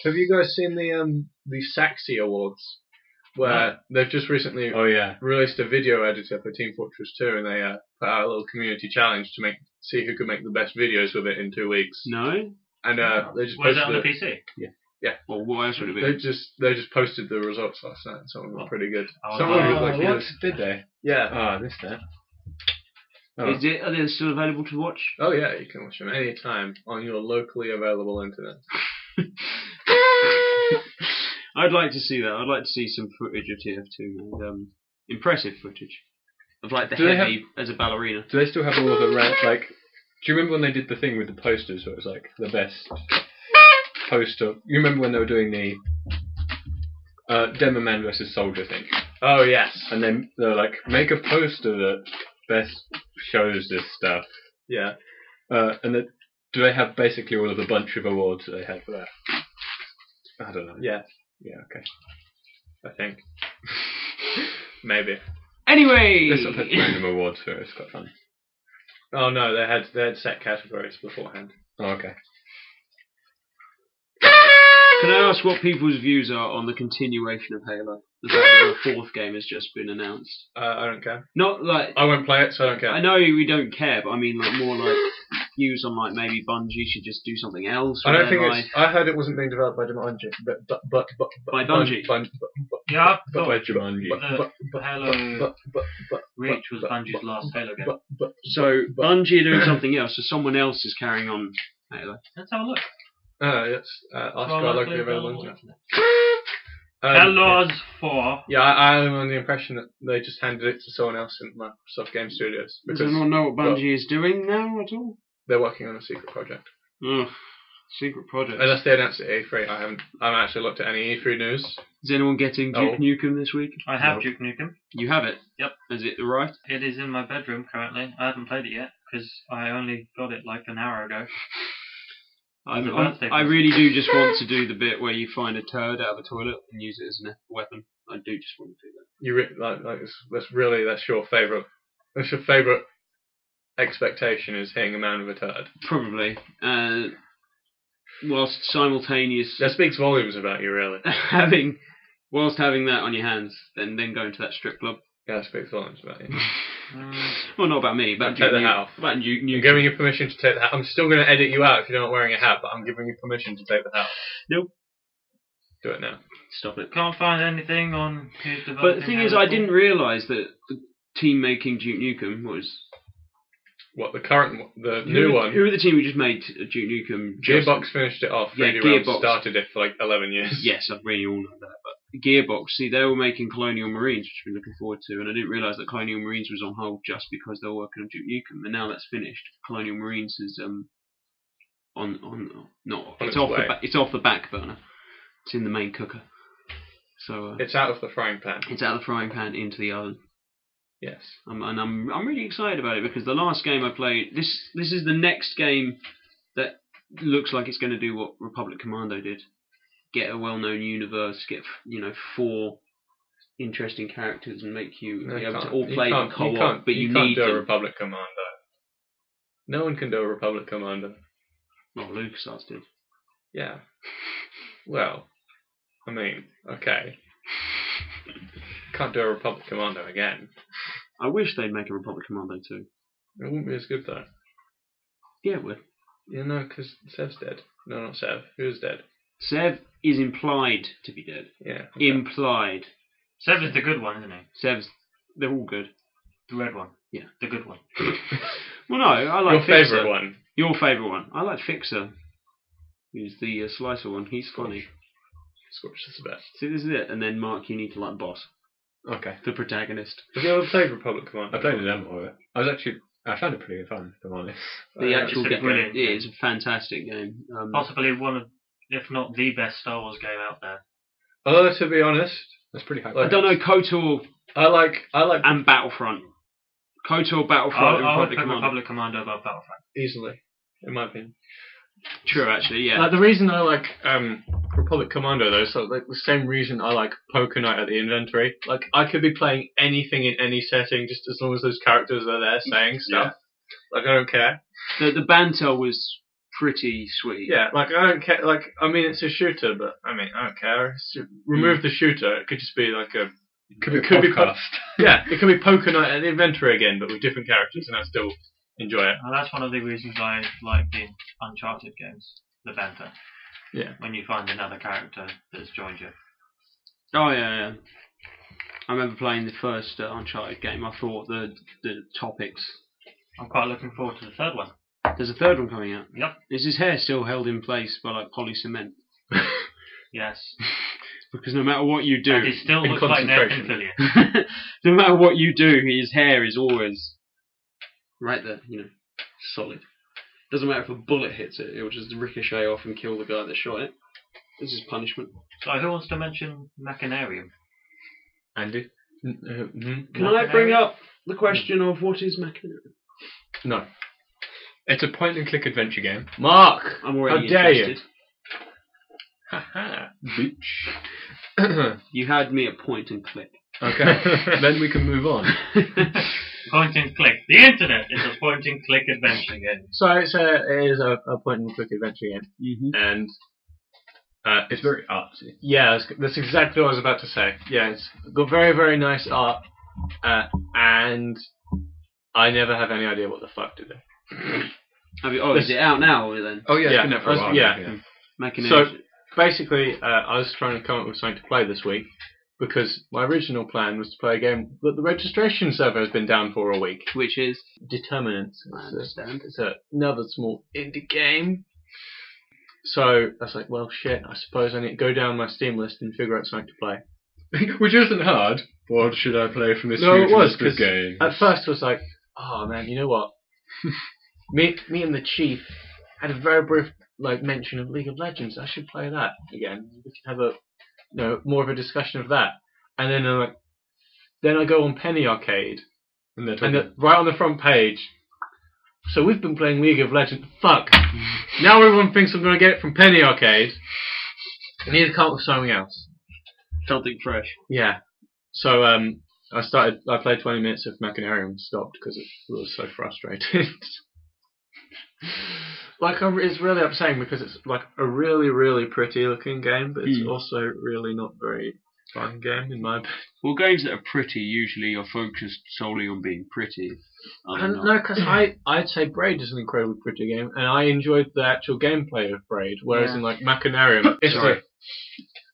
Speaker 1: Have you guys seen the um the Saxy Awards? Where they've just recently
Speaker 4: Oh yeah.
Speaker 1: released a video editor for Team Fortress 2, and they uh, put out a little community challenge to make see who could make the best videos with it in two weeks.
Speaker 2: No.
Speaker 1: And uh, they just
Speaker 3: Was
Speaker 1: posted
Speaker 3: that on the
Speaker 1: the,
Speaker 3: PC?
Speaker 2: Well, what else would it
Speaker 1: they
Speaker 2: be?
Speaker 1: just they just posted the results last night. and Some of them were pretty good.
Speaker 3: Oh,
Speaker 1: Some of them
Speaker 3: no.
Speaker 1: looked like he
Speaker 4: what
Speaker 1: was-
Speaker 4: did they?
Speaker 1: yeah.
Speaker 4: Oh, this there.
Speaker 5: uh,
Speaker 1: Oh.
Speaker 2: Is it? Are they still available to watch?
Speaker 1: Oh yeah, you can watch them anytime on your locally available internet.
Speaker 2: I'd like to see that. I'd like to see some footage of TF2 and um, impressive footage of like the
Speaker 5: Do they
Speaker 2: heavy as a ballerina.
Speaker 5: Do they still have all of the rant? Like, do you remember when they did the thing with the posters? Where it was like the best poster. You remember when they were doing the uh, Demo Man versus Soldier thing,
Speaker 1: Oh yes.
Speaker 5: and then they were like, make a poster that best shows this stuff.
Speaker 1: Yeah.
Speaker 5: Uh, and that do they have basically all of the bunch of awards that they had for that? I don't know.
Speaker 1: Yeah.
Speaker 5: Yeah. Okay.
Speaker 1: I think. Maybe.
Speaker 2: Anyway,
Speaker 5: They sort of had random awards for it. It's quite fun.
Speaker 1: Oh no, they had they had set categories beforehand.
Speaker 5: Oh, okay.
Speaker 2: can I ask what people's views are on the continuation of Halo? The fact that a fourth game has just been announced.
Speaker 1: Uh, I don't care.
Speaker 2: Not like
Speaker 1: I won't play it, so I don't care.
Speaker 2: I know we don't care, but I mean like more like views on like maybe Bungie should just do something else.
Speaker 1: I
Speaker 2: with
Speaker 1: don't
Speaker 2: their
Speaker 1: think
Speaker 2: life.
Speaker 1: it's. I heard it wasn't being developed by Bungie, but but but but
Speaker 2: By Bungie.
Speaker 1: Bun-
Speaker 3: Yeah, I
Speaker 5: But
Speaker 3: thought
Speaker 5: by Jumanji.
Speaker 1: Oh, But-
Speaker 3: that Halo
Speaker 1: But but but
Speaker 3: Reach was
Speaker 1: but-
Speaker 3: Bungie's
Speaker 1: but-
Speaker 3: last Halo game.
Speaker 1: but but
Speaker 2: So Bungie are doing something else, so someone else is carrying on Halo.
Speaker 3: Let's have a look.
Speaker 1: uh, it's uh, Oscar
Speaker 3: Well,
Speaker 1: locally
Speaker 3: luckily
Speaker 1: available.
Speaker 3: available.
Speaker 1: isn't it? Um,
Speaker 3: Halo 4.
Speaker 1: Yeah, I, I'm under the impression that they just handed it to someone else in Microsoft Game Studios
Speaker 2: Does
Speaker 1: because
Speaker 2: anyone know what Bungie is doing now at all?
Speaker 1: they're working on a secret project.
Speaker 2: Ugh, secret project.
Speaker 1: Unless they announced it at E3, I haven't. I haven't actually looked at any E3 news.
Speaker 2: Is anyone getting Duke
Speaker 1: Oh.
Speaker 2: Nukem this week?
Speaker 3: I have
Speaker 1: No.
Speaker 3: Duke Nukem.
Speaker 2: You have it.
Speaker 3: Yep.
Speaker 2: Has it arrived?
Speaker 3: It is in my bedroom currently. I haven't played it yet because I only got it like an hour ago.
Speaker 2: I,
Speaker 3: It's a
Speaker 2: I,
Speaker 3: birthday
Speaker 2: I
Speaker 3: present.
Speaker 2: really do just want to do the bit where you find a turd out of a toilet and use it as a weapon. I do just want to do that.
Speaker 1: You re- like, like it's, that's really that's your favorite. That's your favorite expectation is hitting a man with a turd.
Speaker 2: Probably. Uh, whilst simultaneous
Speaker 1: That speaks volumes about you, really.
Speaker 2: having, whilst having that on your hands, then then going to that strip club.
Speaker 1: Yeah, it speaks volumes about you.
Speaker 3: Mm,
Speaker 2: Well, not about me, about
Speaker 1: Take
Speaker 2: Duke
Speaker 1: the
Speaker 2: Nu-
Speaker 1: hat off.
Speaker 2: About Duke
Speaker 1: You're
Speaker 2: Nukem.
Speaker 1: giving you permission to take the hat. I'm still going to edit you out if you're not wearing a hat, but I'm giving you permission to take the hat. off.
Speaker 2: Nope.
Speaker 1: Do it now.
Speaker 2: Stop it.
Speaker 3: can't find anything on who's developing
Speaker 2: But the thing is,
Speaker 3: Halo
Speaker 2: I
Speaker 3: 4.
Speaker 2: didn't realise that the team making Duke Nukem was
Speaker 1: What the current, one- the
Speaker 2: who
Speaker 1: new
Speaker 2: were-
Speaker 1: one?
Speaker 2: Who were the team who just made Duke Nukem? Just-
Speaker 1: Gearbox finished it off.
Speaker 2: Yeah,
Speaker 1: 3D Realms
Speaker 2: Gearbox.
Speaker 1: started it for like 11 years.
Speaker 2: Yes, I really all know that. But Gearbox, see, they were making Colonial Marines, which we're looking forward to, and I didn't realise that Colonial Marines was on hold just because they were working on Duke Nukem, and now that's finished. Colonial Marines is um on on not
Speaker 1: On
Speaker 2: it's
Speaker 1: its
Speaker 2: off
Speaker 1: way.
Speaker 2: the ba- it's off the back burner. It's in the main cooker, so uh,
Speaker 1: It's out of the frying pan.
Speaker 2: it's out of the frying pan into the oven.
Speaker 1: Yes.
Speaker 2: Um, and I'm I'm really excited about it because the last game I played this this is the next game that looks like it's going to do what Republic Commando did, get a well-known universe, get you know four interesting characters, and make you
Speaker 1: No,
Speaker 2: be
Speaker 1: you
Speaker 2: able to
Speaker 1: can't-
Speaker 2: all
Speaker 1: you
Speaker 2: play in
Speaker 1: can't-
Speaker 2: co-op.
Speaker 1: you can't,
Speaker 2: but you,
Speaker 1: can't
Speaker 2: need
Speaker 1: do a
Speaker 2: them.
Speaker 1: Republic Commando. No one can do a Republic Commando.
Speaker 2: well, LucasArts did.
Speaker 1: Yeah. Well, I mean, okay. Can't do a Republic Commando again.
Speaker 2: I wish they'd make a Republic Commando too.
Speaker 1: It wouldn't be as good though.
Speaker 2: Yeah, well,
Speaker 1: You know, because Sev's dead. No, not Sev. Who's dead?
Speaker 2: Sev is implied to be dead.
Speaker 1: Yeah.
Speaker 2: Implied.
Speaker 3: Sev is the good one, isn't he?
Speaker 2: Sev's. They're all good.
Speaker 3: The red one.
Speaker 2: Yeah.
Speaker 3: The good one.
Speaker 2: Well, no, I
Speaker 1: Your
Speaker 2: like Fixer.
Speaker 1: favourite one.
Speaker 2: Your favourite one? I like Fixer. Who's the uh, slicer one? He's funny.
Speaker 1: Scorch is the best.
Speaker 2: See, this is it. And then Mark, you need to like Boss,
Speaker 5: Okay.
Speaker 2: the protagonist.
Speaker 1: Have you ever played Republic Commando?
Speaker 5: I played a demo of it. I was actually, I found it pretty fun, if I'm honest.
Speaker 2: The
Speaker 1: Uh,
Speaker 2: actual
Speaker 3: Oh, it's a
Speaker 2: game.
Speaker 3: brilliant
Speaker 2: Yeah,
Speaker 3: game.
Speaker 2: it's a fantastic game. Um,
Speaker 3: Possibly one of, if not the best Star Wars game out there.
Speaker 1: Although to be honest,
Speaker 5: That's pretty high.
Speaker 2: I don't know KOTOR
Speaker 1: I like I like
Speaker 2: and Battlefront. KOTOR, Battlefront,
Speaker 3: I,
Speaker 2: and
Speaker 3: I would
Speaker 2: Republic
Speaker 3: put
Speaker 2: Commando.
Speaker 3: Oh, Republic Commando above Battlefront.
Speaker 1: easily, in my opinion.
Speaker 2: True, actually, yeah.
Speaker 3: Uh,
Speaker 1: Like the reason I like um, Republic Commando though, is like, like the same reason I like Poker Night at the Inventory. Like I could be playing anything in any setting, just as long as those characters are there saying stuff. Like I don't care.
Speaker 2: the, the banter was pretty sweet.
Speaker 1: Yeah, like I don't care. Like I mean, it's a shooter, but I mean I don't care. It's- remove the shooter, it could just be like a could be, could be po- yeah, it could be Poker Night at the Inventory again, but with different characters, and I still enjoy it.
Speaker 3: And that's one of the reasons I like the Uncharted games. The banter.
Speaker 1: Yeah.
Speaker 3: When you find another character that's joined you.
Speaker 2: Oh yeah, yeah. I remember playing the first uh, Uncharted game. I thought the the topics
Speaker 3: I'm quite looking forward to the third one.
Speaker 2: There's a third one coming out.
Speaker 3: Yep.
Speaker 2: Is his hair still held in place by like poly cement?
Speaker 3: Yes.
Speaker 2: Because no matter what you
Speaker 3: And
Speaker 2: do,
Speaker 3: he still
Speaker 5: in
Speaker 3: looks like Nathan
Speaker 5: concentration.
Speaker 3: Fillion.
Speaker 2: no matter what you do, his hair is always right there. You know, solid. Doesn't matter if a bullet hits it; it will just ricochet off and kill the guy that shot it. This is punishment.
Speaker 3: So who wants to mention Machinarium?
Speaker 5: Andy.
Speaker 4: N- uh, hmm?
Speaker 2: Can I bring up the question of what is machinarium?
Speaker 5: It's a point and click adventure game.
Speaker 1: Mark,
Speaker 2: I'm already
Speaker 1: how dare you?
Speaker 2: interested.
Speaker 5: Haha.
Speaker 1: Bitch.
Speaker 5: okay.
Speaker 2: You? had me at point and click.
Speaker 5: then we can move on.
Speaker 3: Point and click. The internet is a point and click adventure game.
Speaker 1: So it's a, it is a, a point and click adventure game,
Speaker 2: Mhm.
Speaker 1: and uh, it's very
Speaker 5: artsy.
Speaker 1: Mm-hmm. yeah, that's, that's exactly what I was about to say. Yeah, it's got very very nice art, uh, and I never have any idea what the fuck to do.
Speaker 2: Have you, oh, is it out now or then?
Speaker 5: Oh yeah,
Speaker 1: Yeah,
Speaker 5: it's been out for a
Speaker 1: that's-
Speaker 5: while.
Speaker 1: yeah.
Speaker 2: Machinarium.
Speaker 1: Basically, uh, I was trying to come up with something to play this week because my original plan was to play a game that the registration server has been down for a week.
Speaker 2: which is
Speaker 1: Determinants.
Speaker 2: I
Speaker 1: It's a-
Speaker 2: understand.
Speaker 1: it's a- another small indie game. So I was like, well, shit. I suppose I need to go down my Steam list and figure out something to play.
Speaker 5: Which isn't hard. What should I play from this
Speaker 1: No,
Speaker 5: huge
Speaker 1: it was,
Speaker 5: list of
Speaker 1: 'cause-
Speaker 5: games?
Speaker 1: At first, I was like, oh man, you know what? me, me and the chief had a very brief like mention of League of Legends. I should play that again. We could have a you know more of a discussion of that. And then I'm like, then I go on Penny Arcade,
Speaker 5: and they're
Speaker 1: and
Speaker 5: talking.
Speaker 1: the, right on the front page. So we've been playing League of Legends. Fuck. Now everyone thinks I'm gonna get it from Penny Arcade. I need to come up with something else.
Speaker 2: Something fresh.
Speaker 1: Yeah. So um, I started. I played 20 minutes of Machinarium and stopped because it was so frustrated. like, I'm, it's really upsetting because it's like a really, really pretty looking game, but it's
Speaker 2: Hmm.
Speaker 1: also really not very fun game in my. opinion.
Speaker 2: Well, games that are pretty usually are focused solely on being pretty. I
Speaker 1: And
Speaker 2: don't know.
Speaker 1: no, because I I'd say Braid is an incredibly pretty game, and I enjoyed the actual gameplay of Braid, whereas
Speaker 2: Yeah.
Speaker 1: in like Machinarium, it's
Speaker 2: Sorry.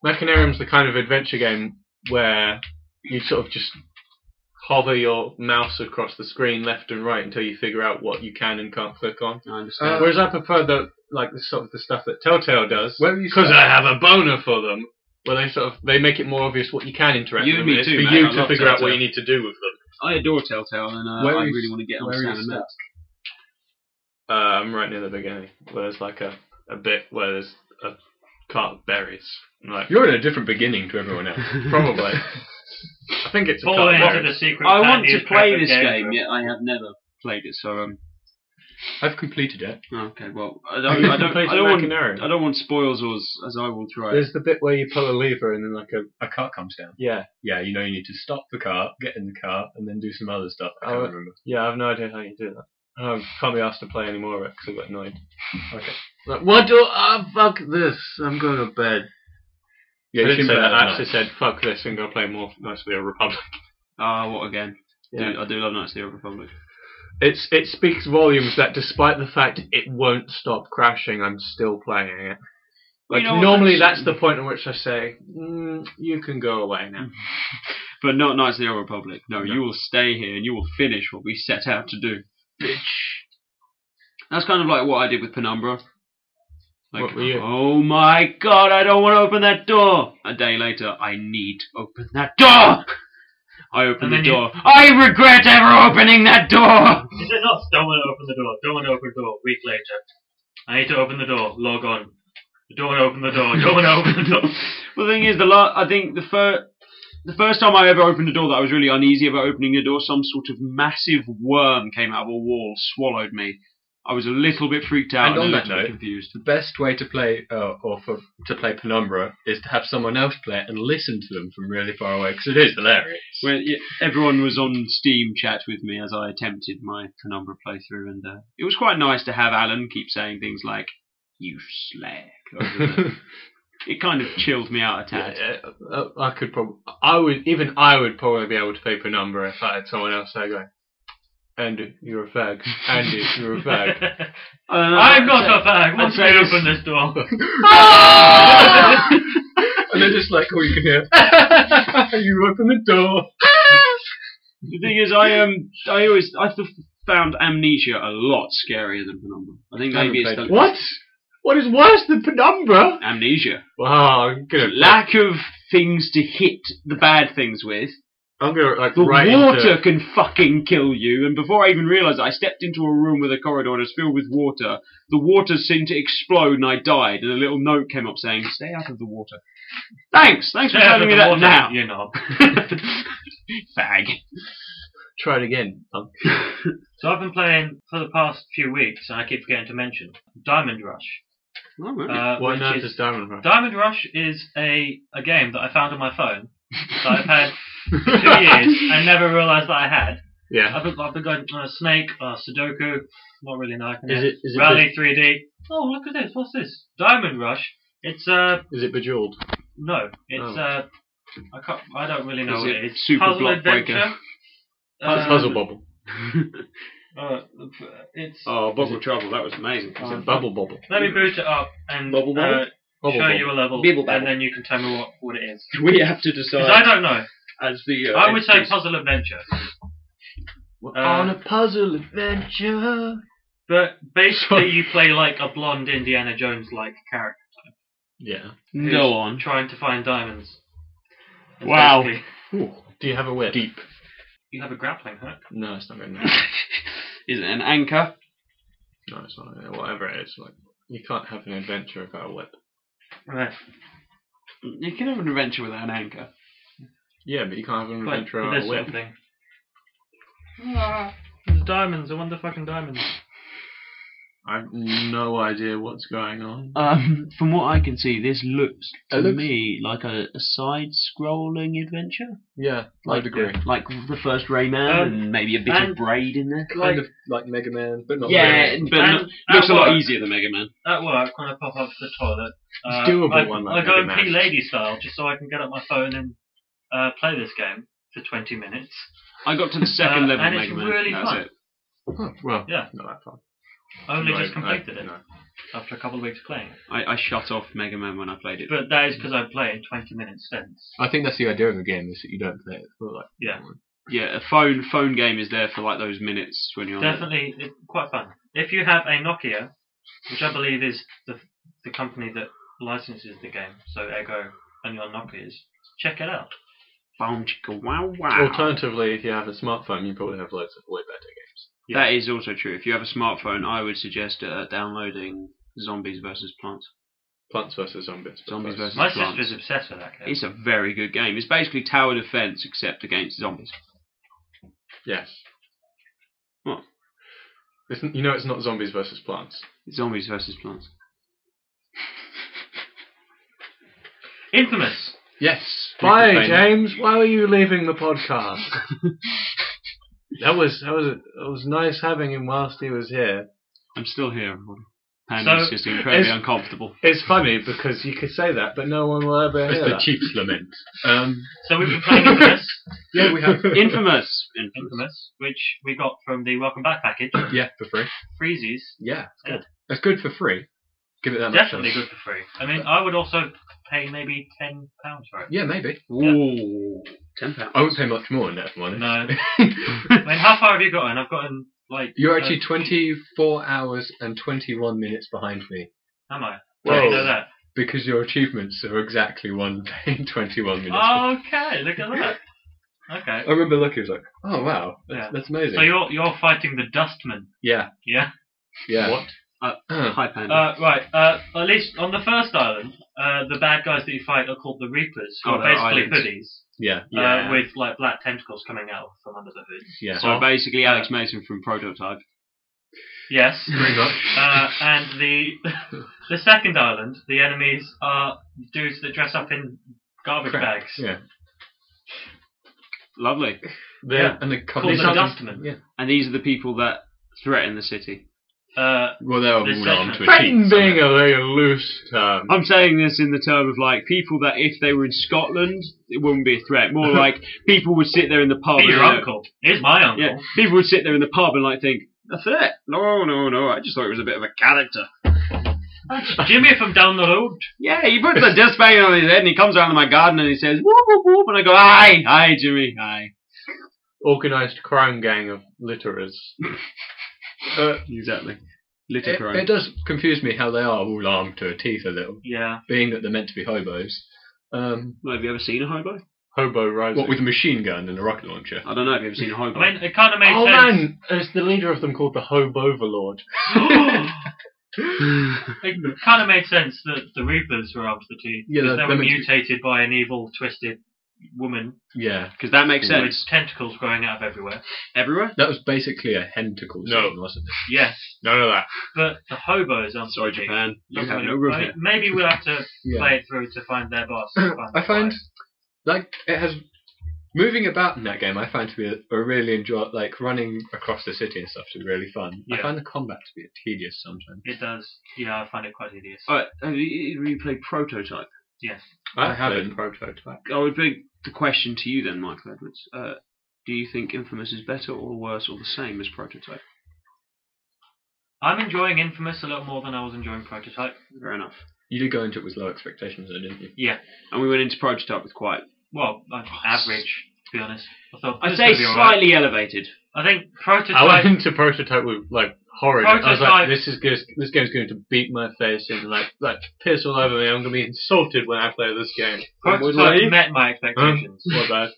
Speaker 1: like Machinarium's the kind of adventure game where you sort of just hover your mouse across the screen left and right until you figure out what you can and can't click on.
Speaker 2: I understand.
Speaker 5: Uh,
Speaker 1: Whereas I prefer the like the sort of the stuff that Telltale does
Speaker 5: Where were you?
Speaker 1: because
Speaker 5: starting?
Speaker 1: I have a boner for them. Where they sort of they make it more obvious what you can interact
Speaker 2: You
Speaker 1: with,
Speaker 2: and me
Speaker 1: it's
Speaker 2: too,
Speaker 1: for
Speaker 2: mate.
Speaker 1: you
Speaker 2: I
Speaker 1: to
Speaker 2: love
Speaker 1: figure out what
Speaker 2: Telltale.
Speaker 1: you need to do with them.
Speaker 2: I adore Telltale, and uh,
Speaker 5: Where
Speaker 2: I
Speaker 5: are you-
Speaker 2: really want to get on
Speaker 5: where are you
Speaker 2: Sam and Max.
Speaker 1: Uh, I'm right near the beginning where there's like a, a bit where there's a cart of berries. I'm like
Speaker 5: You're in a different beginning to everyone else.
Speaker 1: probably, I think it's a
Speaker 3: Fall
Speaker 1: cart of
Speaker 3: into
Speaker 1: berries.
Speaker 3: the secret.
Speaker 2: I want
Speaker 3: pantheon
Speaker 2: to play
Speaker 3: of
Speaker 2: this
Speaker 3: games.
Speaker 2: game, yet I have never played it. So um,
Speaker 5: I've completed it.
Speaker 2: okay, well, I don't, I don't, I
Speaker 1: Plays
Speaker 2: don't want,
Speaker 1: Machinarium.
Speaker 2: I don't want spoils or s- as I will try.
Speaker 1: There's the bit where you pull a lever and then like a
Speaker 5: A cart comes down.
Speaker 1: yeah
Speaker 5: Yeah, you know you need to stop the cart, get in the cart, and then do some other stuff. I can't
Speaker 1: Oh,
Speaker 5: remember.
Speaker 1: yeah. I have no idea how you do that. I can't be asked to play any more of it because I got annoyed.
Speaker 5: Okay.
Speaker 1: Like what do I fuck this? I'm going to bed. I
Speaker 5: Yeah, you
Speaker 1: didn't
Speaker 5: shouldn't
Speaker 1: say
Speaker 5: play
Speaker 1: that.
Speaker 5: that
Speaker 1: I actually said fuck this and go play more Knights of the Old Republic.
Speaker 2: Ah, what again?
Speaker 1: Yeah.
Speaker 2: Dude, I do love Knights of the Old Republic.
Speaker 1: It's it speaks volumes that despite the fact it won't stop crashing, I'm still playing it.
Speaker 2: Well,
Speaker 1: Like
Speaker 2: you know what,
Speaker 1: normally, that's,
Speaker 2: that's-
Speaker 1: the point at which I say mm, you can go away now.
Speaker 2: But not Knights of the Old Republic. No,
Speaker 1: No.
Speaker 2: you will stay here and you will finish what we set out to do, bitch. That's kind of like what I did with Penumbra. Like,
Speaker 1: What were you-
Speaker 2: oh my god, I don't want to open that door. A day later, I need to open that door. I open
Speaker 3: And
Speaker 2: the
Speaker 3: then you-
Speaker 2: door. I regret ever opening that door.
Speaker 3: Is it not? Don't want to open the door. Don't want to open the door. Week later. I need to open the door. Log on. Don't want to open the door. Don't want to open the door.
Speaker 2: Well, the thing is, the la- I think the first. The first time I ever opened a door that I was really uneasy about opening a door, some sort of massive worm came out of a wall, swallowed me. I was a little bit freaked out
Speaker 5: And
Speaker 2: and,
Speaker 5: on
Speaker 2: a
Speaker 5: that
Speaker 2: little bit
Speaker 5: note-
Speaker 2: confused.
Speaker 5: The best way to play uh, or for to play Penumbra is to have someone else play it and listen to them from really far away because it is hilarious.
Speaker 2: Well, yeah, everyone was on Steam chat with me as I attempted my Penumbra playthrough, and uh, it was quite nice to have Alan keep saying things like "you slack." over the- it kind of chilled me out a tad.
Speaker 1: Yeah, uh, I could probably, I would, even I would probably be able to pick a number if I had someone else there going, Andy, you're a fag. Andy, you're a fag.
Speaker 2: I don't
Speaker 3: I'm
Speaker 2: know, I'd
Speaker 3: not
Speaker 2: say-
Speaker 3: a fag.
Speaker 2: I'd
Speaker 3: Once
Speaker 2: say
Speaker 3: I
Speaker 2: this-
Speaker 3: open this door.
Speaker 5: and they're just like, all you can hear. you open the door.
Speaker 2: The thing is, I um, I always I th- found Amnesia a lot scarier than Penumbra. I think
Speaker 5: I
Speaker 2: maybe it's
Speaker 5: haven't
Speaker 2: done
Speaker 5: played
Speaker 1: What? What is worse than Penumbra?
Speaker 2: Amnesia.
Speaker 1: Wow, I'm gonna
Speaker 2: Lack of things to hit the bad things with.
Speaker 1: I'm gonna like
Speaker 2: The
Speaker 1: right into
Speaker 2: water
Speaker 1: it.
Speaker 2: can fucking kill you. And before I even realised, it, I stepped into a room with a corridor and it was filled with water. The water seemed to explode and I died. And a little note came up saying, "Stay out of the water." Thanks, thanks for telling me that now.
Speaker 3: You know.
Speaker 2: Fag.
Speaker 1: Try it again. Um,
Speaker 3: So I've been playing for the past few weeks, and I keep forgetting to mention Diamond Rush. Uh,
Speaker 1: Why
Speaker 3: which
Speaker 1: not
Speaker 3: is-
Speaker 1: just Diamond Rush?
Speaker 3: Diamond Rush is a a game that I found on my phone that I've had for two years and never realised that I had.
Speaker 1: Yeah.
Speaker 3: I've been, I've been going uh, Snake, uh, Sudoku, not really liking
Speaker 1: Is
Speaker 3: it.
Speaker 1: it is it
Speaker 3: Rally 3D. Oh, look at this! What's this? Diamond Rush. It's uh
Speaker 1: be- is it bejeweled?
Speaker 3: no, it's
Speaker 1: Oh.
Speaker 3: uh I can't, I don't really know
Speaker 2: Is
Speaker 3: what
Speaker 2: it
Speaker 3: it is.
Speaker 2: Super
Speaker 3: Puzzle
Speaker 2: Block
Speaker 3: Adventure.
Speaker 2: Breaker?
Speaker 1: It's Puzzle Bobble.
Speaker 3: Uh, it's
Speaker 2: oh, Bubble Trouble, that was amazing.
Speaker 1: Is it Bubble Bobble?
Speaker 3: let me boot it up and
Speaker 2: Bubble Bobble?
Speaker 3: uh,
Speaker 1: Bubble
Speaker 3: show
Speaker 1: Bobble.
Speaker 3: you a level,
Speaker 2: Bibble Babble.
Speaker 3: and then you can tell me what, what it is.
Speaker 2: We have to
Speaker 3: 'Cause I
Speaker 2: decide
Speaker 3: don't know.
Speaker 2: as the. Uh,
Speaker 3: I would say
Speaker 2: entities.
Speaker 3: puzzle adventure,
Speaker 1: We're
Speaker 3: Uh,
Speaker 1: on a puzzle adventure.
Speaker 3: but basically you play like a blonde Indiana Jones like character
Speaker 1: Yeah.
Speaker 2: Go on.
Speaker 3: trying to find diamonds. That's
Speaker 2: Wow.
Speaker 3: basically-
Speaker 1: Ooh. Do you have a whip? Deep.
Speaker 3: You have a grappling hook.
Speaker 1: No, it's not good. No,
Speaker 2: Is it an anchor?
Speaker 1: no it's not. good. Whatever it is, like you can't have an adventure without a whip.
Speaker 3: Right.
Speaker 2: You can have an adventure without an anchor.
Speaker 1: Yeah, but you can't have an
Speaker 3: But
Speaker 1: adventure without
Speaker 3: this
Speaker 1: a
Speaker 3: sort
Speaker 1: whip.
Speaker 3: of thing. There's diamonds. I want the fucking diamonds.
Speaker 1: I've no idea what's going on.
Speaker 2: Um, from what I can see, this looks to
Speaker 1: It looks-
Speaker 2: me like a, a side-scrolling adventure,
Speaker 1: Yeah,
Speaker 2: like
Speaker 1: I'd
Speaker 2: uh,
Speaker 1: agree.
Speaker 2: like the first Rayman,
Speaker 3: Um,
Speaker 2: and maybe a bit
Speaker 3: and-
Speaker 2: of braid in there.
Speaker 5: Kind of like Mega Man, but not
Speaker 2: yeah,
Speaker 5: really.
Speaker 2: but
Speaker 3: And
Speaker 2: look- looks a
Speaker 3: at
Speaker 2: lot
Speaker 3: work-
Speaker 2: easier than Mega Man.
Speaker 3: At work, when I pop up to the toilet,
Speaker 1: It's
Speaker 3: uh,
Speaker 1: doable
Speaker 3: I,
Speaker 1: one,
Speaker 3: I
Speaker 1: like
Speaker 3: go
Speaker 1: Mega
Speaker 3: and pee
Speaker 1: Man.
Speaker 3: lady style just so I can get up my phone and uh, play this game for 20 minutes.
Speaker 2: I got to the second
Speaker 3: Uh,
Speaker 2: level
Speaker 3: and
Speaker 2: of
Speaker 3: it's
Speaker 2: Mega Man.
Speaker 3: really
Speaker 2: That
Speaker 3: fun.
Speaker 2: was it.
Speaker 1: Huh, well,
Speaker 3: Yeah.
Speaker 1: not that far.
Speaker 3: I only
Speaker 1: No,
Speaker 3: just
Speaker 1: no,
Speaker 3: completed it
Speaker 1: no.
Speaker 3: after a couple of weeks of playing.
Speaker 2: I, I shut off Mega Man when I played it.
Speaker 3: But that is because I play it 20 minutes since.
Speaker 5: I think that's the idea of a game is that you don't play it. for like
Speaker 3: Yeah.
Speaker 2: yeah, a phone phone game is there for like those minutes when you're on it.
Speaker 3: Definitely it's quite fun. If you have a Nokia, which I believe is the, the company that licenses the game, so Ego and your Nokias, check it out.
Speaker 2: Boom, chicka, wow, wow.
Speaker 1: Alternatively, if you have a smartphone, you probably have loads of way better games.
Speaker 2: That is also true. If you have a smartphone, I would suggest uh, downloading Zombies vs Plants.
Speaker 1: Plants vs Zombies. but
Speaker 2: Zombies
Speaker 1: first-
Speaker 2: versus-
Speaker 3: My
Speaker 2: Plants.
Speaker 3: sister's obsessed with that game.
Speaker 2: It's a very good game. It's basically tower defense except against zombies.
Speaker 1: Yes.
Speaker 2: What?
Speaker 1: It's, n- you know it's not Zombies versus Plants.
Speaker 2: Zombies versus plants.
Speaker 3: Infamous!
Speaker 1: Yes.
Speaker 2: Who can
Speaker 1: Bye,
Speaker 2: blame
Speaker 1: James. Why are you leaving the podcast? that was that was that was nice having him whilst he was here.
Speaker 2: I'm still here. everybody. Panda's
Speaker 3: So,
Speaker 2: just incredibly
Speaker 1: it's-
Speaker 2: uncomfortable.
Speaker 1: It's funny because you could say that, but no one will ever
Speaker 5: It's
Speaker 1: hear
Speaker 5: the
Speaker 1: that.
Speaker 5: chief's lament. Um,
Speaker 3: So we've been playing Infamous,
Speaker 5: yeah, we have.
Speaker 2: Infamous. Infamous.
Speaker 3: Infamous, which we got from the Welcome Back package.
Speaker 5: yeah, for free.
Speaker 3: Freezies,
Speaker 5: Yeah, it's
Speaker 3: good.
Speaker 5: good. That's good for free. Give it that much.
Speaker 3: definitely good for free. I mean, I would also pay maybe £10 for it.
Speaker 5: Yeah, maybe.
Speaker 2: Ooh, ten pounds.
Speaker 5: I wouldn't pay much more than that, if I'm honest.
Speaker 3: No. I mean, how far have you gotten? I've gotten, like...
Speaker 5: You're
Speaker 3: uh,
Speaker 5: actually 24 hours and 21 minutes behind me
Speaker 3: Am I?
Speaker 1: Whoa.
Speaker 3: How do you
Speaker 2: Oh.
Speaker 3: know that?
Speaker 5: because your achievements are exactly one day and 21 minutes.
Speaker 3: Oh. Okay, look at that. Okay.
Speaker 5: I remember looking, I was like, oh wow, that's,
Speaker 3: Yeah.
Speaker 5: that's amazing.
Speaker 3: So you're you're fighting the Dustman,
Speaker 5: yeah,
Speaker 3: yeah?
Speaker 5: yeah.
Speaker 1: What?
Speaker 5: Uh,
Speaker 2: Hi, Oh, Panda.
Speaker 3: Uh, right. Uh, at least on the first island, uh, the bad guys that you fight are called the Reapers, who
Speaker 2: Oh,
Speaker 3: are
Speaker 2: they're
Speaker 3: basically
Speaker 2: islands.
Speaker 3: hoodies
Speaker 5: yeah,
Speaker 2: Yeah.
Speaker 3: uh, with like black tentacles coming out from under the hood.
Speaker 5: Uh, yeah.
Speaker 2: so basically, Alex Mason from Prototype.
Speaker 3: Yes.
Speaker 5: Pretty much.
Speaker 3: Uh, and the the second island, the enemies are dudes that dress up in garbage
Speaker 5: Crap.
Speaker 3: bags.
Speaker 5: Yeah.
Speaker 2: Lovely.
Speaker 1: They're,
Speaker 3: Yeah.
Speaker 5: And the
Speaker 3: Called
Speaker 5: couples.
Speaker 3: the Dustman.
Speaker 5: Yeah.
Speaker 2: And these are the people that threaten the city.
Speaker 3: Uh,
Speaker 5: Well, they were
Speaker 3: This
Speaker 5: all armed
Speaker 3: section.
Speaker 5: with cheats.
Speaker 1: being a very loose term.
Speaker 2: I'm saying this in the term of like people that if they were in Scotland, it wouldn't be a threat. More like people would sit there in the pub.
Speaker 3: be
Speaker 2: and,
Speaker 3: your
Speaker 2: you know,
Speaker 3: uncle. Here's my uncle.
Speaker 2: Oh, Yeah, people would sit there in the pub and like think, a threat? No, no, no. I just thought it was a bit of a character.
Speaker 3: That's Jimmy from down the road.
Speaker 2: Yeah, he puts a dust bag on his head and he comes around to my garden and he says, whoop, whoop, whoop. And I go, aye, aye, Jimmy, aye.
Speaker 1: organised crime gang of litterers.
Speaker 5: Uh,
Speaker 2: Exactly. Litter
Speaker 5: it,
Speaker 2: crime.
Speaker 5: it does confuse me how they are all armed to a teeth a little,
Speaker 3: Yeah.
Speaker 5: being that they're meant to be hobos. Um,
Speaker 2: Well, have you ever seen a hobo?
Speaker 1: Hobo rising.
Speaker 5: what with a machine gun and a rocket launcher.
Speaker 2: I don't know. Have you ever seen a hobo?
Speaker 3: I mean, it kind of makes
Speaker 1: oh
Speaker 3: sense.
Speaker 1: man, it's the leader of them called the Hobo Overlord.
Speaker 3: It kind of made sense that the Reapers were armed to the teeth.
Speaker 5: Yeah,
Speaker 3: because
Speaker 5: that-
Speaker 3: they
Speaker 5: that
Speaker 3: were
Speaker 5: makes-
Speaker 3: mutated by an evil, twisted woman
Speaker 5: Yeah,
Speaker 2: Because that makes
Speaker 3: with
Speaker 2: sense.
Speaker 3: tentacles growing out of everywhere.
Speaker 2: Everywhere?
Speaker 5: that was basically a hentacle
Speaker 1: No.
Speaker 5: scene, wasn't it?
Speaker 3: Yes,
Speaker 1: None of that.
Speaker 3: but the hobos aren't.
Speaker 2: Sorry,
Speaker 3: the teeth.
Speaker 2: Japan. You
Speaker 3: That's
Speaker 2: have
Speaker 3: what
Speaker 2: no
Speaker 3: it-
Speaker 2: room
Speaker 3: I-
Speaker 2: here.
Speaker 3: Maybe we'll have to
Speaker 5: Yeah.
Speaker 3: play it through to find their boss.
Speaker 5: I
Speaker 3: their
Speaker 5: find
Speaker 3: wife.
Speaker 5: like it has moving about in that game. I find to be a, a really enjoy like running across the city and stuff to be really fun. I
Speaker 3: Yeah.
Speaker 5: find the combat to be tedious sometimes.
Speaker 3: it does. Yeah, I find it quite hideous.
Speaker 2: Alright, have you, have you played Prototype?
Speaker 3: Yes.
Speaker 5: I haven't.
Speaker 1: prototype.
Speaker 2: I would bring the question to you then, Michael Edwards. Uh, do you think Infamous is better or worse or the same as Prototype?
Speaker 3: I'm enjoying Infamous a little more than I was enjoying Prototype.
Speaker 2: Fair enough.
Speaker 5: You did go into it with low expectations, though, didn't you?
Speaker 2: And we went into Prototype with quite.
Speaker 3: Well, like, average, to be honest. I thought
Speaker 2: I'd
Speaker 3: this
Speaker 2: say
Speaker 3: would be alright.
Speaker 2: slightly elevated.
Speaker 3: I think
Speaker 1: I went
Speaker 3: Prototype.
Speaker 1: into prototype with like horror. I was like,
Speaker 3: Prototype-
Speaker 1: this is good. This game's going to beat my face and like like piss all over me. I'm going to be insulted when I play this game.
Speaker 3: Prototype met
Speaker 1: Um,
Speaker 3: my expectations.
Speaker 1: what bad?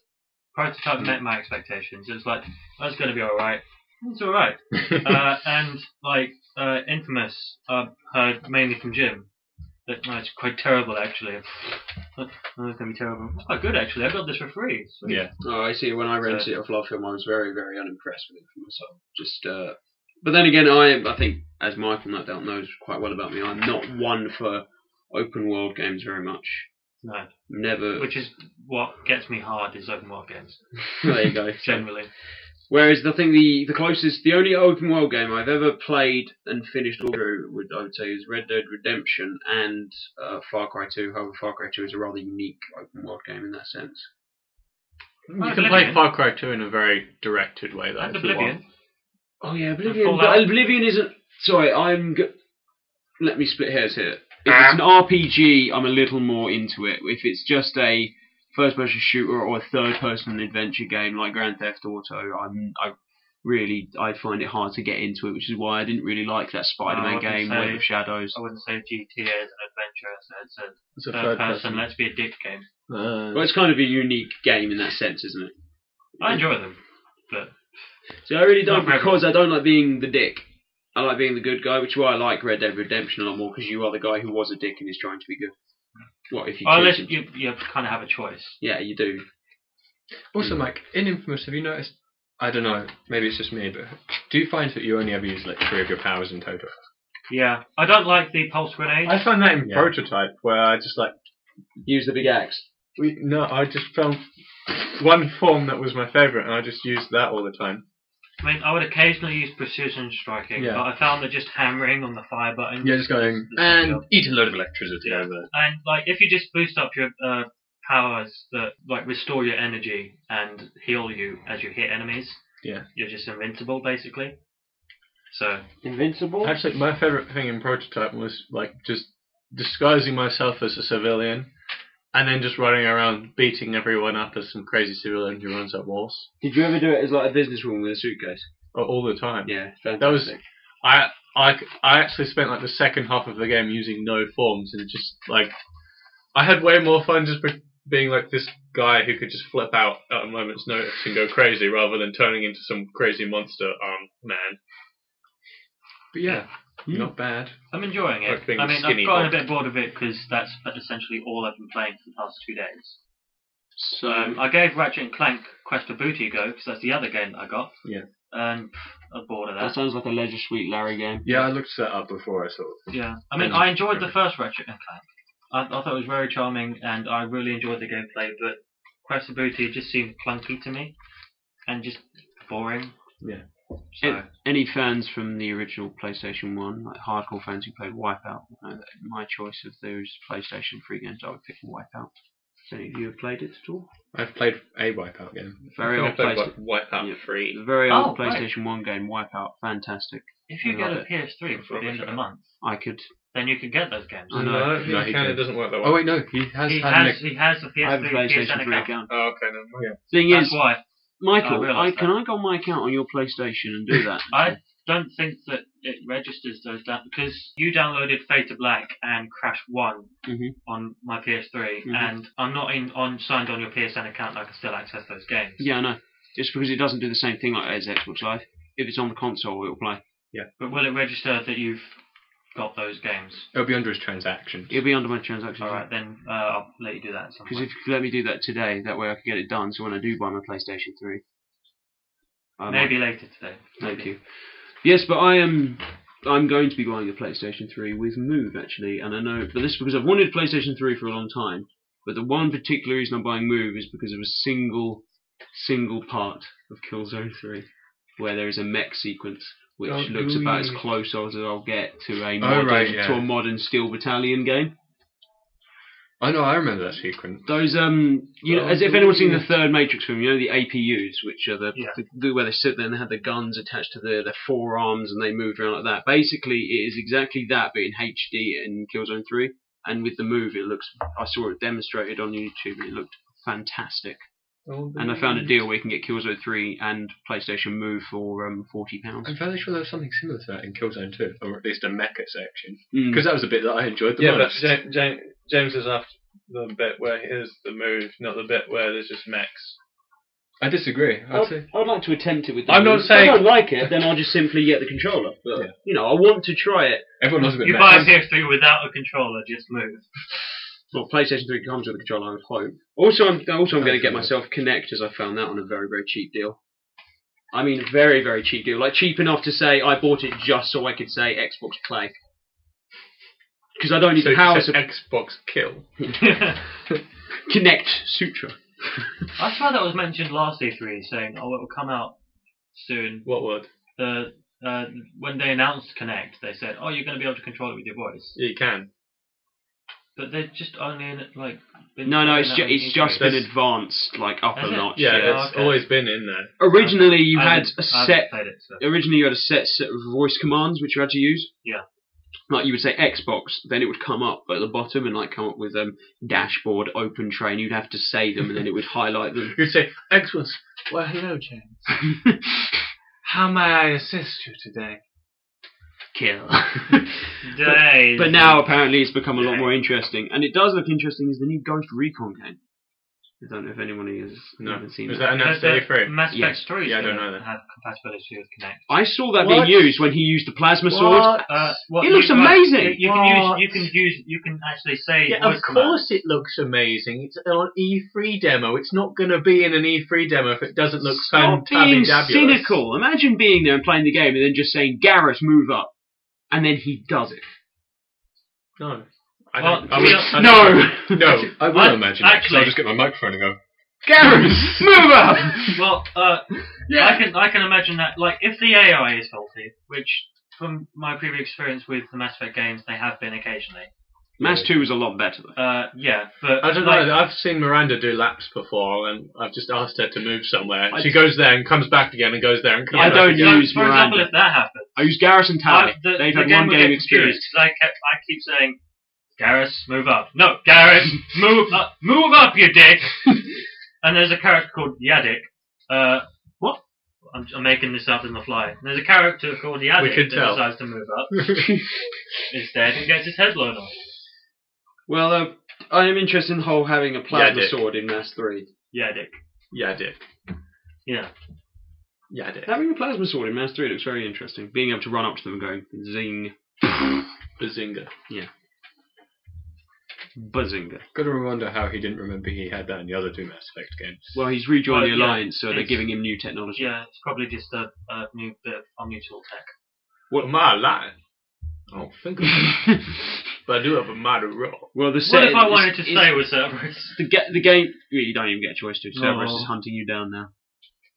Speaker 3: prototype met my expectations. It was like that's going to be all right. It's all right. uh, and like uh, Infamous, I heard mainly from Jim that no, it's quite terrible actually. Oh, it's going to be terrible. It's quite good actually. I got this for free. Sweet.
Speaker 5: Yeah.
Speaker 2: Oh, I see. When I rented
Speaker 3: So-
Speaker 2: it off Lovefilm, I was very, very unimpressed with it for myself. Just, uh, but then again, I, I think, as Michael no doubt knows quite well about me, I'm not one for open world games very much.
Speaker 3: No.
Speaker 2: Never.
Speaker 3: Which is what gets me hard is open world games
Speaker 2: there you go.
Speaker 3: generally.
Speaker 2: Whereas the thing, the, the closest, the only open world game I've ever played and finished all through, would I would say, is Red Dead Redemption and uh, Far Cry 2. However, Far Cry 2 is a rather unique open world game in that sense.
Speaker 1: You can play Far Cry 2 in a very directed way though.
Speaker 3: And
Speaker 1: if you want.
Speaker 3: Oblivion.
Speaker 2: Oh yeah,
Speaker 3: And
Speaker 2: Oblivion.
Speaker 3: Fallout.
Speaker 2: But Oblivion isn't. Sorry, I'm. Go- Let me split hairs here. If it's an RPG, I'm a little more into it. If it's just a first-person shooter or a third-person adventure game like Grand Theft Auto, I'm. I really, I find it hard to get into it, which is why I didn't really like that Spider-Man
Speaker 3: wouldn't
Speaker 2: game,
Speaker 3: say-
Speaker 2: Web of Shadows.
Speaker 3: I wouldn't say GTA is an adventure. So it's a
Speaker 1: It's a
Speaker 3: third
Speaker 1: third
Speaker 3: person.
Speaker 1: Uh, person.
Speaker 3: Let's be a dick game.
Speaker 2: Well, it's kind of a unique game in that sense, isn't it?
Speaker 3: I enjoy them, but
Speaker 2: See, I really
Speaker 3: Not
Speaker 2: don't
Speaker 3: for
Speaker 2: because I don't like being the dick. I like being the good guy, which is why I like Red Dead Redemption a lot more because you are the guy who was a dick and is trying to be good. Well, if you
Speaker 3: oh,
Speaker 2: choose
Speaker 3: unless
Speaker 2: him to
Speaker 3: you you kind of have a choice.
Speaker 2: Yeah, you do.
Speaker 5: Also, Mike, in Infamous, have you noticed? I don't know. Maybe it's just me, but do you find that you only ever use like three of your powers in total?
Speaker 3: Yeah, I don't like the pulse grenade.
Speaker 1: I found that in
Speaker 5: Yeah.
Speaker 1: prototype where I just like
Speaker 2: Use the big axe.
Speaker 1: we, no, I just found one form that was my favourite and I just used that all the time.
Speaker 3: I mean, I would occasionally use precision striking,
Speaker 5: Yeah.
Speaker 3: but I found that just hammering on the fire button
Speaker 5: Yeah, just going and eat a load of electricity
Speaker 3: Yeah.
Speaker 5: over there.
Speaker 3: and like if you just boost up your uh, powers that like restore your energy and heal you as you hit enemies.
Speaker 5: Yeah.
Speaker 3: you're just invincible basically. So
Speaker 2: Invincible.
Speaker 1: Actually, my favourite thing in prototype was like just disguising myself as a civilian and then just running around beating everyone up as some crazy civilian who runs up walls
Speaker 2: Did you ever do it as like a businesswoman with a suitcase?
Speaker 1: a- uh, all the time.
Speaker 2: Yeah,
Speaker 1: That was I I I actually spent like the second half of the game using no forms and just like I had way more fun just be- being like this guy who could just flip out at a moment's notice and go crazy rather than turning into some crazy monster arm man.
Speaker 5: But yeah, not bad.
Speaker 3: I'm enjoying it.
Speaker 1: Like being
Speaker 3: I mean, I've
Speaker 1: skinny
Speaker 3: gotten a
Speaker 1: Hulk.
Speaker 3: bit bored of it because that's essentially all I've been playing for the past two days.
Speaker 2: so.
Speaker 3: Um, I gave Ratchet and Clank Quest for Booty a go because that's the other game that I got.
Speaker 5: Yeah.
Speaker 3: And pff, I'm bored of
Speaker 2: that
Speaker 3: that.
Speaker 2: sounds like a leisure suite Larry game.
Speaker 5: Yeah, I looked that up before I saw.
Speaker 3: Yeah, I mean,
Speaker 5: Mm.
Speaker 3: I enjoyed the first Ratchet and Clank. I, I thought it was very charming, and I really enjoyed the gameplay. But Quest of Booty just seemed clunky to me, and just boring.
Speaker 5: Yeah.
Speaker 3: So
Speaker 2: It- Any fans from the original PlayStation One, like hardcore fans who played Wipeout, will know that my choice of those PlayStation Three games, I would pick Wipeout. Has any of you have played it at all?
Speaker 5: I've played a Wipeout game.
Speaker 2: Very
Speaker 1: I
Speaker 2: old
Speaker 1: think I played
Speaker 2: PlayStation.
Speaker 1: Wipe- Wipeout
Speaker 2: Yeah.
Speaker 1: Free.
Speaker 2: The very
Speaker 3: Oh,
Speaker 2: old
Speaker 3: right.
Speaker 2: PlayStation One game, Wipeout, fantastic.
Speaker 3: if you
Speaker 2: I
Speaker 3: get
Speaker 2: love
Speaker 3: a
Speaker 2: it.
Speaker 3: PS3 before the end of the month,
Speaker 2: I could.
Speaker 3: then you could get those games.
Speaker 2: I
Speaker 1: No,
Speaker 2: know.
Speaker 5: No,
Speaker 1: he
Speaker 5: he
Speaker 1: kind of
Speaker 5: didn't.
Speaker 1: doesn't work that way.
Speaker 5: Oh wait, no, he has
Speaker 3: He
Speaker 5: had
Speaker 3: has
Speaker 5: an
Speaker 3: he has a
Speaker 2: I have a
Speaker 3: PS3
Speaker 2: PlayStation
Speaker 3: PSN
Speaker 2: Three
Speaker 3: account.
Speaker 2: account.
Speaker 1: Oh, okay. Never mind.
Speaker 2: Thing
Speaker 3: That's
Speaker 2: is,
Speaker 3: why. I
Speaker 2: Michael, I,
Speaker 3: realised
Speaker 2: can I go on my account on your PlayStation and do that?
Speaker 3: I don't think that it registers those that because you downloaded Fade to Black and Crash One
Speaker 2: Mhm.
Speaker 3: on my PS3,
Speaker 2: Mhm.
Speaker 3: and I'm not in on signed on your PSN account. I can still access those games.
Speaker 2: yeah, I know. Just because it doesn't do the same thing like as Xbox Live. If it's on the console, it'll play.
Speaker 3: But will it register that you've got those games?
Speaker 5: It'll be under his transactions.
Speaker 2: It'll be under my transactions.
Speaker 3: All right, then uh, I'll let you do that. at some
Speaker 2: Because
Speaker 3: point.
Speaker 2: if you could let me do that today, that way I could get it done. So when I do buy my PlayStation 3, I might-
Speaker 3: maybe later today.
Speaker 2: Thank you. Yes, but I am. I'm going to be buying a PlayStation 3 with Move actually, and I know, but this is because I've wanted a PlayStation 3 for a long time. But the one particular reason I'm buying Move is because of a single, single part of Killzone 3, where there is a mech sequence which
Speaker 4: Oh,
Speaker 2: looks
Speaker 4: ooh,
Speaker 2: about as
Speaker 4: yeah.
Speaker 2: close as I'll get to a
Speaker 5: Oh,
Speaker 2: modern,
Speaker 5: right,
Speaker 2: to
Speaker 5: yeah.
Speaker 2: a modern Steel Battalion game.
Speaker 5: I know, I remember that sequence.
Speaker 2: Those um, you know,
Speaker 4: Oh,
Speaker 2: as if anyone's seen
Speaker 4: ooh.
Speaker 2: the third Matrix film, you know the APUs, which are the,
Speaker 3: Yeah.
Speaker 2: the, the- where they sit there and they have their guns attached to their, their forearms and they move around like that. Basically, it is exactly that, but in HD in Killzone Three, and with the move, it looks. I saw it demonstrated on YouTube, and it looked fantastic. And I found a deal where you can get Killzone Three and PlayStation Move for um forty pounds.
Speaker 5: I'm fairly sure there was something similar to that in Killzone 2, or at least a mecha section.
Speaker 2: Mm.
Speaker 5: Because that was a bit that I enjoyed the
Speaker 4: yeah, but
Speaker 5: most.
Speaker 4: Ja- Ja- James is after the bit where here's the move, not the bit where there's just mechs.
Speaker 5: I disagree. I'd say.
Speaker 2: I'd, I'd like to attempt it with. The
Speaker 4: I'm not
Speaker 2: move.
Speaker 4: saying-
Speaker 2: If I don't like it, then I'll just simply get the controller. But
Speaker 5: Yeah.
Speaker 2: you know, I want to try it.
Speaker 5: Everyone loves a bit
Speaker 3: You
Speaker 5: of
Speaker 3: buy a
Speaker 5: mech.
Speaker 3: PS3 without a controller, just move.
Speaker 2: Well, PlayStation 3 comes with a controller, I would hope. Also, I'm also I'm going to get
Speaker 5: Hopefully.
Speaker 2: myself Connect as I found that on a very very cheap deal. I mean, very very cheap deal, like cheap enough to say I bought it just so I could say Xbox Play. Because I don't need
Speaker 4: So
Speaker 2: the power
Speaker 4: it's
Speaker 2: to
Speaker 4: Xbox kill.
Speaker 3: I
Speaker 2: Connect Sutra.
Speaker 3: swear that was mentioned last E3, saying, "Oh, it will come out soon."
Speaker 4: What word?
Speaker 3: the uh, when they announced Connect, they said, "Oh, you're going to be able to control it with your voice."
Speaker 4: Yeah, you can.
Speaker 3: But they're just only in it like. been
Speaker 2: No, no,
Speaker 3: doing
Speaker 2: it's
Speaker 3: that E
Speaker 2: ju-
Speaker 3: on
Speaker 2: it's
Speaker 3: Tuesday.
Speaker 2: just been advanced like up
Speaker 3: Has
Speaker 2: a
Speaker 3: it?
Speaker 2: notch.
Speaker 4: Yeah,
Speaker 3: Yeah,
Speaker 4: it's
Speaker 3: okay.
Speaker 4: always been in there.
Speaker 2: Originally, you
Speaker 3: I
Speaker 2: had
Speaker 3: haven't-
Speaker 2: a
Speaker 3: I haven't
Speaker 2: set
Speaker 3: played it, so-
Speaker 2: originally you had a set set of voice commands which you had to use.
Speaker 3: Yeah.
Speaker 2: Like you would say Xbox, then it would come up at the bottom and like come up with um dashboard, open train. You'd have to say them and then it would highlight them.
Speaker 4: You'd say, Xbox, well, hello, James. How may I assist you today?
Speaker 2: Kill.
Speaker 3: Days.
Speaker 2: but now apparently it's become a lot more interesting, and it does look interesting. Is the new Ghost Recon game? I don't know if anyone has
Speaker 4: No.
Speaker 2: haven't seen
Speaker 4: Is that
Speaker 2: that.
Speaker 4: announced at E3?
Speaker 3: Mass Effect
Speaker 2: Yes.
Speaker 3: 3 is
Speaker 4: Yeah, I don't
Speaker 3: gonna
Speaker 4: know that.
Speaker 3: have compatibility with Connect.
Speaker 2: I saw that
Speaker 4: What?
Speaker 2: being used when he used the plasma sword.
Speaker 3: Uh, what
Speaker 2: It looks
Speaker 3: you- what- You,
Speaker 2: amazing!
Speaker 3: you can
Speaker 4: What?
Speaker 3: use. You can use. You can actually say.
Speaker 4: Yeah,
Speaker 3: voice
Speaker 4: of
Speaker 3: commands.
Speaker 4: course it looks amazing. It's on E3 demo. It's not going to be in an E3 demo if it doesn't look
Speaker 2: Stop being
Speaker 4: fantabulous.
Speaker 2: cynical. Imagine being there and playing the game and then just saying Garrett, move up, and then he does it.
Speaker 4: No. I
Speaker 3: Well,
Speaker 4: don't, I
Speaker 3: we
Speaker 4: would-
Speaker 3: are-
Speaker 4: I don't-
Speaker 2: No,
Speaker 5: No, I will
Speaker 3: I-
Speaker 5: imagine that, 'cause
Speaker 3: actually-
Speaker 5: I'll just get my microphone and go,
Speaker 2: Garrett, move up.
Speaker 3: Well, uh, I can I can imagine that like if the AI is faulty, which from my previous experience with the Mass Effect games, they have been occasionally.
Speaker 2: Mass Two was a lot better though.
Speaker 3: Uh, yeah, but
Speaker 4: I don't
Speaker 3: like,
Speaker 4: know. I've seen Miranda do laps before, and I've just asked her to move somewhere.
Speaker 2: I-
Speaker 4: she goes there and comes back again, and goes there and comes
Speaker 2: I
Speaker 4: back
Speaker 2: don't
Speaker 4: again.
Speaker 3: for
Speaker 2: use
Speaker 3: example,
Speaker 2: Miranda.
Speaker 3: if that happens.
Speaker 2: I use Garrus and Tally.
Speaker 3: I, Uh, the,
Speaker 2: They've
Speaker 3: the
Speaker 2: had
Speaker 3: game
Speaker 2: one
Speaker 3: would
Speaker 2: game
Speaker 3: get confused,
Speaker 2: experience.
Speaker 3: 'cause I kept, I keep saying, Garrus, move up. No, Garrus, move up, move up, you dick. and there's a character called Yadik. Uh,
Speaker 2: What?
Speaker 3: I'm, I'm making this up in the fly. There's a character called Yadik
Speaker 4: We can
Speaker 3: that
Speaker 4: tell.
Speaker 3: decides to move up instead and gets his head blown off.
Speaker 2: Well, uh, I am interested in the whole having a plasma
Speaker 4: Yeah, Dick.
Speaker 2: sword in Mass Three.
Speaker 3: Yadik.
Speaker 4: Yeah, Dick.
Speaker 3: Yeah.
Speaker 4: Yeah, Dick.
Speaker 2: Having a plasma sword in Mass Three looks very interesting. Being able to run up to them and go zing,
Speaker 4: Bazinga.
Speaker 2: bazinga.
Speaker 5: gotta wonder how he didn't remember he had that in the other two Mass Effect games.
Speaker 2: Well, he's rejoined
Speaker 3: Well,
Speaker 2: the
Speaker 3: yeah,
Speaker 2: alliance, so they're
Speaker 3: it's-
Speaker 2: giving him new technology.
Speaker 3: Yeah, it's probably just a, a new bit of unusual tech.
Speaker 4: What am I lying? I don't think I am. but I do have a mighty role.
Speaker 2: well, the
Speaker 3: What
Speaker 2: set
Speaker 3: if I
Speaker 2: is-
Speaker 3: wanted to
Speaker 2: is-
Speaker 3: stay with Cerberus?
Speaker 2: The, ga- the game. well, You don't even get a choice to. Cerberus
Speaker 3: No.
Speaker 2: is hunting you down now.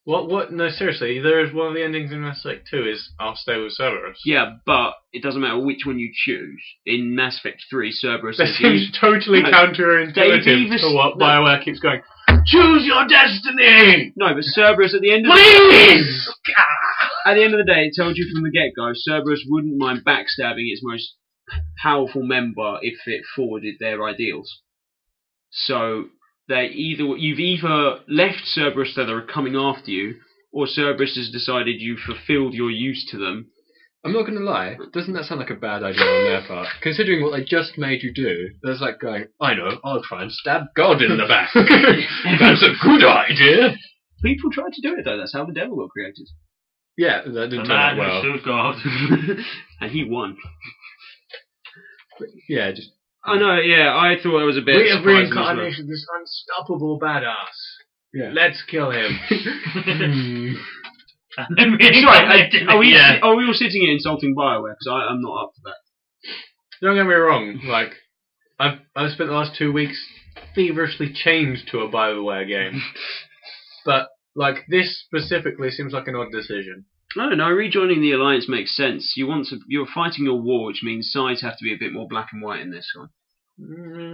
Speaker 4: What? What? No, seriously. There is one of the endings in Mass Effect 2 is I'll stay with Cerberus.
Speaker 2: Yeah, but it doesn't matter which one you choose. In Mass Effect 3, Cerberus
Speaker 4: That
Speaker 2: is
Speaker 4: seems
Speaker 2: used.
Speaker 4: totally
Speaker 2: No,
Speaker 4: counterintuitive
Speaker 2: they've even
Speaker 4: to what
Speaker 2: no.
Speaker 4: Oh, Bioware keeps going. Choose your destiny,
Speaker 2: No, but Cerberus at the end of
Speaker 4: please.
Speaker 2: at the end of the day, it tells you from the get go, Cerberus wouldn't mind backstabbing its most powerful member if it forwarded their ideals. So they either you've either left Cerberus that are coming after you, or Cerberus has decided you fulfilled your use to them.
Speaker 5: I'm not going to lie, doesn't that sound like a bad idea on their part? Considering what they just made you do, there's like going, I know, I'll try and stab God in the back. That's a good idea!
Speaker 2: People tried to do it though. That's how the devil got created,
Speaker 5: Yeah, that
Speaker 3: The
Speaker 5: didn't turn
Speaker 3: man
Speaker 5: out
Speaker 3: who
Speaker 5: well.
Speaker 3: stood guard.
Speaker 2: and he won.
Speaker 5: Yeah, just.
Speaker 2: I know. Yeah, I thought that was a bit.
Speaker 1: we have
Speaker 2: surprising as well.
Speaker 1: reincarnated this unstoppable badass.
Speaker 5: Yeah.
Speaker 1: Let's kill him.
Speaker 5: Hmm.
Speaker 2: Sorry, I- are we
Speaker 3: Yeah.
Speaker 2: are we all sitting here insulting Bioware? Because I'm not up for that.
Speaker 1: Don't get me wrong. Like, I've I've spent the last two weeks feverishly chained to a Bioware game, but like this specifically seems like an odd decision.
Speaker 2: No, no, rejoining the alliance makes sense. You want to, you're fighting a war, which means sides have to be a bit more black and white in this one.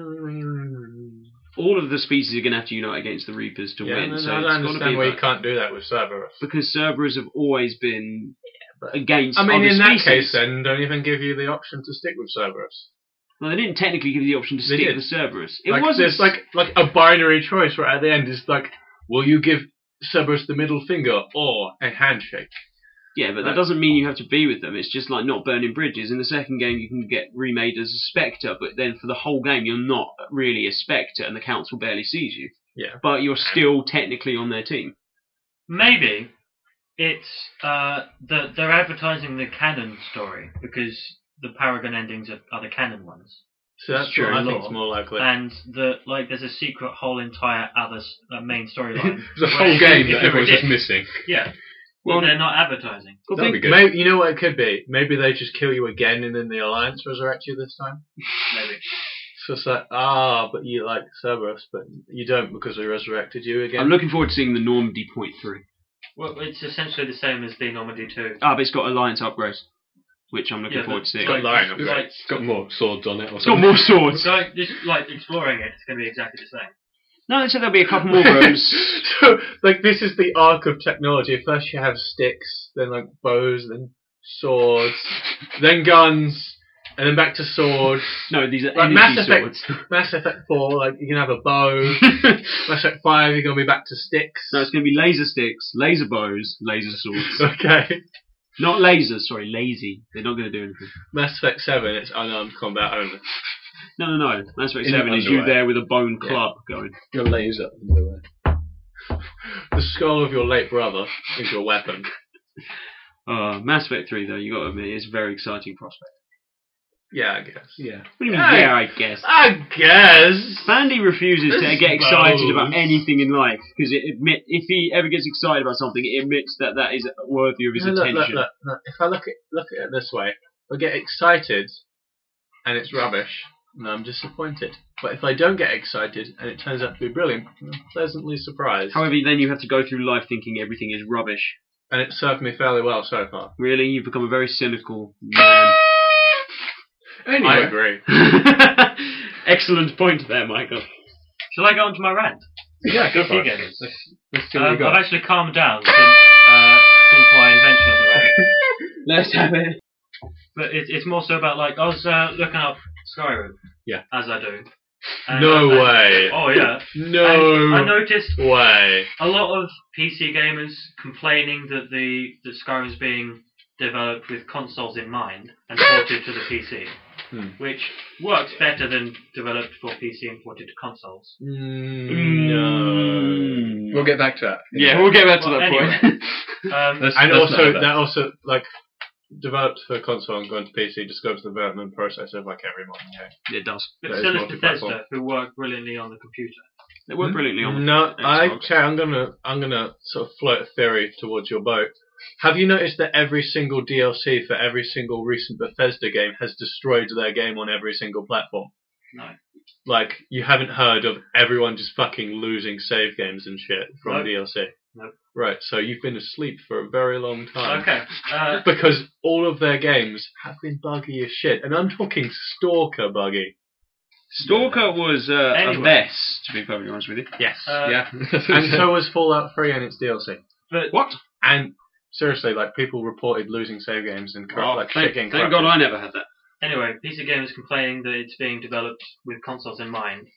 Speaker 1: Mm.
Speaker 2: All of the species are going to have to unite against the Reapers to
Speaker 1: Yeah,
Speaker 2: win.
Speaker 1: and
Speaker 2: so
Speaker 1: I don't
Speaker 2: it's gotta
Speaker 1: understand
Speaker 2: be
Speaker 1: why you
Speaker 2: about-
Speaker 1: can't do that with Cerberus.
Speaker 2: because Cerberus have always been against.
Speaker 1: I mean,
Speaker 2: other
Speaker 1: in that
Speaker 2: species.
Speaker 1: case, then don't even give you the option to stick with Cerberus.
Speaker 2: well, they didn't technically give you the option to
Speaker 1: They
Speaker 2: stick
Speaker 1: did.
Speaker 2: with Cerberus. It
Speaker 1: like,
Speaker 2: wasn't
Speaker 1: there's like like a binary choice right at the end. It's like, will you give Cerberus the middle finger or a handshake?
Speaker 2: yeah, but that
Speaker 1: like-
Speaker 2: doesn't mean you have to be with them. It's just like not burning bridges. In the second game, you can get remade as a spectre, but then for the whole game, you're not really a spectre, and the council barely sees you.
Speaker 1: Yeah.
Speaker 2: but you're still technically on their team.
Speaker 3: Maybe it's uh, the, they're advertising the canon story because the Paragon endings are, are the canon ones,
Speaker 1: So that's
Speaker 3: Sure,
Speaker 1: what I
Speaker 3: law.
Speaker 1: think is more likely.
Speaker 2: Uh,
Speaker 3: and the like. There's a secret whole entire other s- uh, main storyline.
Speaker 5: There's a
Speaker 3: where
Speaker 5: whole
Speaker 3: if- if
Speaker 5: game that
Speaker 3: you
Speaker 5: everyone's just
Speaker 3: predict-
Speaker 5: missing.
Speaker 3: Yeah,
Speaker 2: Well,
Speaker 3: well, they're not advertising.
Speaker 2: I
Speaker 5: That'd
Speaker 2: think
Speaker 5: be good.
Speaker 1: Maybe, you know what it could be? Maybe they just kill you again and then the Alliance resurrect you this time.
Speaker 3: Maybe
Speaker 1: So it's like, ah, but you like Cerberus, but you don't because we resurrected you again.
Speaker 2: I'm looking forward to seeing the Normandy Point 3.
Speaker 3: well, it's essentially the same as the Normandy Two.
Speaker 2: Ah, but it's got Alliance upgrades, which I'm looking
Speaker 3: Yeah,
Speaker 2: forward
Speaker 3: but
Speaker 2: to seeing.
Speaker 3: it's like-
Speaker 1: line
Speaker 3: it's like-
Speaker 5: It's got more swords on it or
Speaker 2: it's got
Speaker 5: something.
Speaker 2: more swords.
Speaker 3: So just like exploring it, it's going to be exactly the same.
Speaker 2: No, they said there'll be a couple more rooms.
Speaker 1: so, like, this is the arc of technology. First, you have sticks, then, like, bows, then swords, then guns, and then back to swords.
Speaker 2: No, these are
Speaker 1: Like
Speaker 2: energy
Speaker 1: Mass Effect,
Speaker 2: swords.
Speaker 1: Mass Effect 4, like, you can have a bow. Mass Effect 5, you're going to be back to sticks.
Speaker 2: No, it's going to be laser sticks, laser bows, laser swords.
Speaker 1: okay.
Speaker 2: Not lasers, sorry, lazy. They're not going to do anything.
Speaker 1: Mass Effect 7, it's unarmed combat only.
Speaker 2: No, no, no. Mass Effect
Speaker 5: In your
Speaker 2: 7 is you
Speaker 5: underwear.
Speaker 2: there with a bone club going.
Speaker 5: Your laser, by the way.
Speaker 1: The skull of your late brother is your weapon.
Speaker 2: Uh, Mass Effect 3, though, you got to admit, it's a very exciting prospect.
Speaker 1: Yeah, I guess.
Speaker 5: Yeah.
Speaker 2: What do you mean,
Speaker 1: Hey.
Speaker 2: yeah, I guess?
Speaker 1: I guess.
Speaker 2: Bandy refuses to
Speaker 1: This
Speaker 2: get excited
Speaker 1: blows.
Speaker 2: about anything in life because it admit if he ever gets excited about something, it admits that that is worthy of his
Speaker 1: No, look, look,
Speaker 2: attention.
Speaker 1: look, look. If I look at look at it this way, I get excited, and it's rubbish, and I'm disappointed. But if I don't get excited and it turns out to be brilliant, I'm pleasantly surprised.
Speaker 2: However, then you have to go through life thinking everything is rubbish.
Speaker 1: and it served me fairly well so far.
Speaker 2: Really, you've become a very cynical man.
Speaker 5: Anyway,
Speaker 1: I agree.
Speaker 2: Excellent point there, Michael.
Speaker 3: Shall I go on to my rant?
Speaker 5: yeah, go for
Speaker 3: You
Speaker 5: it.
Speaker 3: get it.
Speaker 5: Let's, let's see what we
Speaker 3: Um, I've
Speaker 5: got.
Speaker 3: actually calmed down since, uh, since my invention of the rant.
Speaker 2: Let's have it.
Speaker 3: But it, it's more so about like I was uh, looking up Skyrim.
Speaker 5: Yeah.
Speaker 3: As I do.
Speaker 1: no
Speaker 3: I-
Speaker 1: way.
Speaker 3: Oh yeah. And I
Speaker 1: No
Speaker 3: noticed
Speaker 1: way.
Speaker 3: a lot of PC gamers complaining that the that Skyrim's being developed with consoles in mind and ported to the PC,
Speaker 5: Hmm.
Speaker 3: which works better than developed for PC and ported to consoles.
Speaker 1: No.
Speaker 5: Mm, We'll get back to that.
Speaker 2: Yeah, we'll get back to
Speaker 3: Well,
Speaker 2: that
Speaker 3: anyway.
Speaker 2: point.
Speaker 3: Um,
Speaker 1: And
Speaker 5: Let's- let's not
Speaker 1: also
Speaker 5: do
Speaker 1: that. also like developed for console and gone to PC describes the development process of like every modern game.
Speaker 2: it does.
Speaker 3: but
Speaker 1: that is
Speaker 3: still, it's
Speaker 1: multi-platform.
Speaker 3: Bethesda who work brilliantly on the computer.
Speaker 2: They work brilliantly on it.
Speaker 1: No, I,
Speaker 2: Xbox.
Speaker 1: Chad, I'm gonna I'm gonna sort of float a theory towards your boat. Have you noticed that every single DLC for every single recent Bethesda game has destroyed their game on every single platform?
Speaker 3: No.
Speaker 1: Like you haven't heard of everyone just fucking losing save games and shit from
Speaker 3: Nope.
Speaker 1: DLC.
Speaker 3: Nope.
Speaker 1: Right, so you've been asleep for a very long time.
Speaker 3: Okay. Uh,
Speaker 1: Because all of their games have been buggy as shit, and I'm talking stalker buggy.
Speaker 2: Stalker was uh,
Speaker 3: Anyway.
Speaker 2: a mess, to be perfectly honest with you.
Speaker 1: Yes.
Speaker 3: uh,
Speaker 5: Yeah.
Speaker 1: and so was Fallout 3 and its DLC.
Speaker 3: But
Speaker 2: What?
Speaker 1: And seriously, like people reported losing save games and corrupt,
Speaker 2: Oh,
Speaker 1: like
Speaker 2: thank,
Speaker 1: shit getting
Speaker 2: thank
Speaker 1: corrupted.
Speaker 2: God I never had that.
Speaker 3: Anyway, PC gamers complaining that it's being developed with consoles in mind,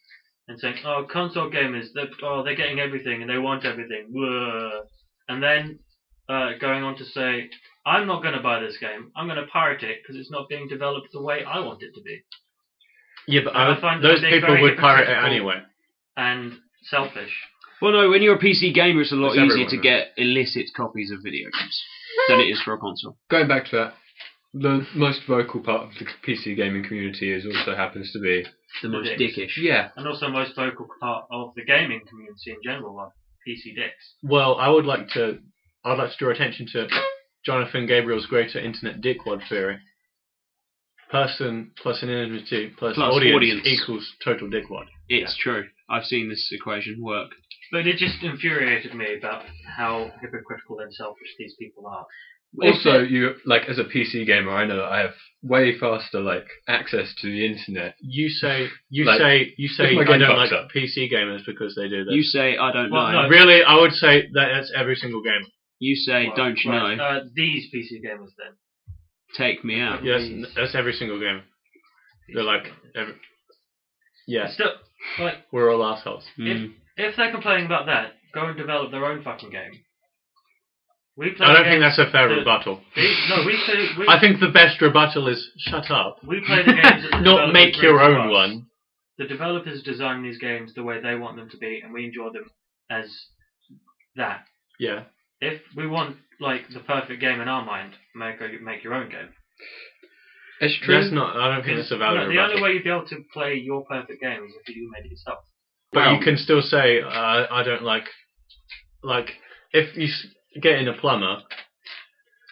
Speaker 3: and saying, "Oh, console gamers, they're, oh, they're getting everything and they want everything," Whoa. and then uh, going on to say, "I'm not going to buy this game. I'm going to pirate it because it's not being developed the way I want it to be,"
Speaker 1: Yeah, but
Speaker 3: And I
Speaker 5: uh,
Speaker 1: I would-
Speaker 3: find
Speaker 1: Uh, those
Speaker 3: that they're
Speaker 1: people
Speaker 3: very
Speaker 1: would pirate it
Speaker 3: hypocritical.
Speaker 1: anyway.
Speaker 3: and selfish.
Speaker 2: Well, no, when you're a PC gamer, it's a lot
Speaker 1: It's
Speaker 2: easier
Speaker 1: everyone,
Speaker 2: to
Speaker 1: isn't
Speaker 2: get illicit copies of video games than it is for a console.
Speaker 5: Going back to that, the most vocal part of the PC gaming community is also happens to be
Speaker 2: The most
Speaker 3: Dicks.
Speaker 2: dickish.
Speaker 5: yeah.
Speaker 3: and also most vocal part of the gaming community in general are PC dicks.
Speaker 1: Well, I would like to. I'd like to draw attention to Jonathan Gabriel's greater internet dickwad theory. Person plus anonymity plus,
Speaker 2: Plus
Speaker 1: audience,
Speaker 2: audience.
Speaker 1: equals total dickwad.
Speaker 2: It's true. I've seen this equation work.
Speaker 3: But it just infuriated me about how hypocritical and selfish these people are.
Speaker 5: Also, you like as a PC gamer, I know that I have way faster like access to the internet.
Speaker 1: You say you
Speaker 5: Like,
Speaker 1: say you say
Speaker 5: my
Speaker 1: I
Speaker 5: game
Speaker 1: don't
Speaker 5: fucks
Speaker 1: like
Speaker 5: up.
Speaker 1: PC gamers because they do that.
Speaker 2: You say, I don't
Speaker 3: Well,
Speaker 2: know.
Speaker 3: no.
Speaker 1: really, I would say that that's every single gamer.
Speaker 2: You say,
Speaker 3: Well,
Speaker 2: don't you
Speaker 3: right,
Speaker 2: know?
Speaker 3: Uh, these PC gamers then.
Speaker 2: Take me out.
Speaker 1: Yes, that's every single gamer. They're like, every, yeah,
Speaker 3: Still, like,
Speaker 1: we're all assholes.
Speaker 2: Mm.
Speaker 3: if they're complaining about that, go and develop their own fucking game. We play
Speaker 1: I don't think
Speaker 3: games,
Speaker 1: that's a fair
Speaker 3: the-
Speaker 1: rebuttal.
Speaker 3: we- no, we play, we,
Speaker 1: I think the best rebuttal is shut up,
Speaker 3: we play the games that the
Speaker 1: not
Speaker 3: developers
Speaker 1: make
Speaker 3: bring
Speaker 1: your
Speaker 3: to
Speaker 1: own
Speaker 3: us.
Speaker 1: one.
Speaker 3: The developers design these games the way they want them to be, and we enjoy them as that.
Speaker 1: Yeah,
Speaker 3: If we want, like, the perfect game in our mind, make, a- make your own game.
Speaker 5: It's
Speaker 1: that's not. I don't think that's a valid
Speaker 3: No, the
Speaker 1: rebuttal.
Speaker 3: only way you'd be able to play your perfect game is if you made it yourself.
Speaker 1: But
Speaker 2: Well-
Speaker 1: you can still say uh, I don't like, like if you s- get in a plumber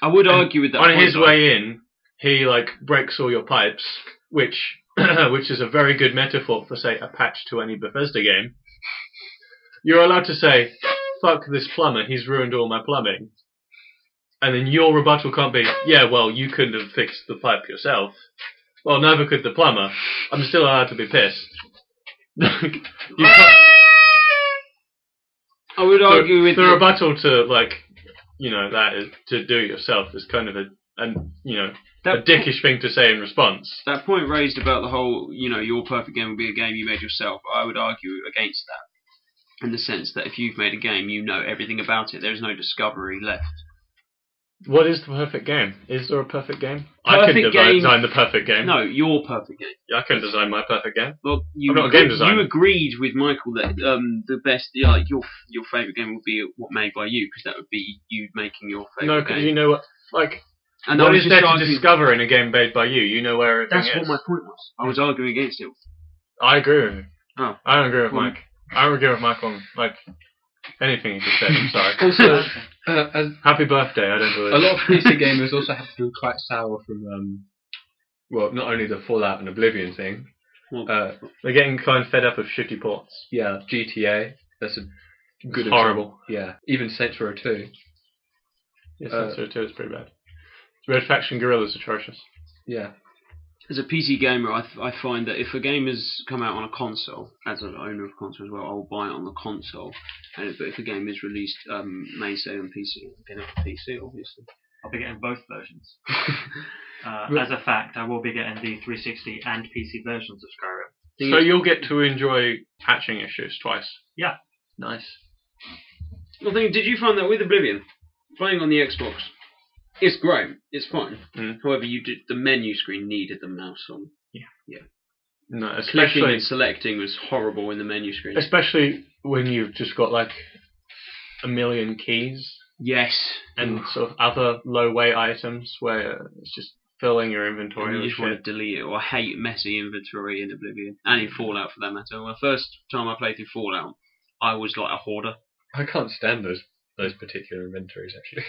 Speaker 2: I would
Speaker 1: And
Speaker 2: argue with that.
Speaker 1: on
Speaker 2: point,
Speaker 1: his
Speaker 2: though.
Speaker 1: way in, he like breaks all your pipes, which which is a very good metaphor for say a patch to any Bethesda game. You're allowed to say, "Fuck this plumber, he's ruined all my plumbing," and then your rebuttal can't be, "Yeah, well, you couldn't have fixed the pipe yourself." Well, neither could the plumber. I'm still allowed to be pissed. you can't-
Speaker 2: I would
Speaker 1: the-
Speaker 2: argue with
Speaker 1: the
Speaker 2: the-
Speaker 1: rebuttal to like you know that is, to do it yourself is kind of a and you know
Speaker 2: that
Speaker 1: a dickish thing to say in response.
Speaker 2: that point raised about the whole, you know, your perfect game would be a game you made yourself, I would argue against that. In the sense that if you've made a game, you know everything about it. There's no discovery left.
Speaker 1: What is the perfect game? Is there a perfect game? I
Speaker 2: Perfect
Speaker 1: couldn't devi-
Speaker 2: game-
Speaker 1: design the perfect game.
Speaker 2: No, your perfect game.
Speaker 1: I couldn't design my perfect game.
Speaker 2: Well, you
Speaker 1: I'm not a game
Speaker 2: agree-
Speaker 1: designer.
Speaker 2: you agreed with Michael that um, the best, yeah, like your your favorite game would be what made by you, because that would be you making your favorite
Speaker 1: No,
Speaker 2: game.
Speaker 1: because you know what. Like,
Speaker 2: and I
Speaker 1: what
Speaker 2: was
Speaker 1: is there
Speaker 2: just
Speaker 1: to
Speaker 2: arguing,
Speaker 1: discover in a game made by you? You know where everything
Speaker 2: That's
Speaker 1: is.
Speaker 2: what my point was. I was arguing against it.
Speaker 1: I agree with you.
Speaker 2: Oh.
Speaker 1: I don't agree with
Speaker 2: Well-
Speaker 1: Mike. I don't agree with Mike on like anything he just said. I'm sorry.
Speaker 5: Also, uh, as
Speaker 1: Happy birthday. I don't believe.
Speaker 5: a lot of PC gamers also have been quite sour from um, well, not only the Fallout and Oblivion thing.
Speaker 1: Hmm.
Speaker 2: Well-
Speaker 5: Uh,
Speaker 1: They're getting kind of fed up of shitty ports.
Speaker 5: yeah, GTA. That's a good.
Speaker 1: It's horrible.
Speaker 5: example. Yeah, even Saints Row Two.
Speaker 1: Yes,
Speaker 5: Uh,
Speaker 1: so too. It's pretty bad. Red Faction Gorilla's atrocious.
Speaker 5: Yeah,
Speaker 2: as a PC gamer, I, I find that if a game has come out on a console, as an owner of a console as well, I will buy it on the console. And, but if a game is released um, mainstay on PC, I'll get it on PC, obviously.
Speaker 3: I'll be getting both versions. Uh, as a fact, I will be getting the 360 and PC versions of Skyrim.
Speaker 2: Thing
Speaker 1: So
Speaker 2: is-
Speaker 1: you'll get to enjoy patching issues twice.
Speaker 3: Yeah.
Speaker 1: Nice.
Speaker 2: Well, thing, did you find that with Oblivion, playing on the Xbox, it's great, it's fine.
Speaker 1: Mm.
Speaker 2: However, you did the menu screen needed the mouse on.
Speaker 1: No,
Speaker 2: Clicking
Speaker 1: especially
Speaker 2: and selecting was horrible in the menu screen.
Speaker 1: especially when you've just got like a million keys
Speaker 2: Yes,
Speaker 1: and sort of other low weight items where it's just filling your inventory.
Speaker 2: And you
Speaker 1: with
Speaker 2: just want
Speaker 1: shit.
Speaker 2: to delete it. Or I hate messy inventory in Oblivion and in Fallout for that matter. My first time I played through Fallout, I was like a hoarder.
Speaker 5: I can't stand those those particular inventories actually.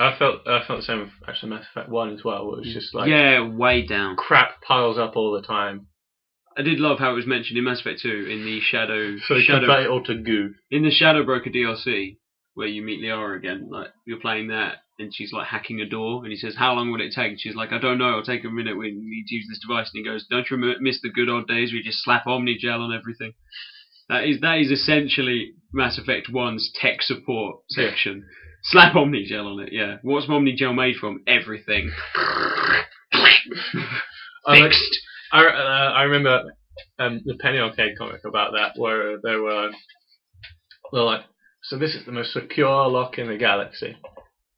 Speaker 1: I felt I felt the same with actually Mass Effect One as well. Where it was just like
Speaker 2: yeah, way down.
Speaker 1: crap piles up all the time.
Speaker 2: I did love how it was mentioned in Mass Effect 2 in the Shadow
Speaker 1: So you
Speaker 2: Shadow
Speaker 1: convert it all to goo.
Speaker 2: in the Shadow Broker DLC where you meet Liara again. Like you're playing that, and she's like hacking a door, and he says, "How long will it take?" And she's like, "I don't know. It'll take a minute. We need to use this device." And he goes, "Don't you rem- miss the good old days where you just slap Omnigel on everything?" That is that is essentially Mass Effect One's tech support
Speaker 1: Yeah.
Speaker 2: section. Slap Omnigel on it, yeah. What's Omnigel made from? Everything.
Speaker 1: I, like,
Speaker 2: Fixed.
Speaker 1: I, uh, I remember um, the Penny Arcade comic about that, where they were, they're like, so this is the most secure lock in the galaxy.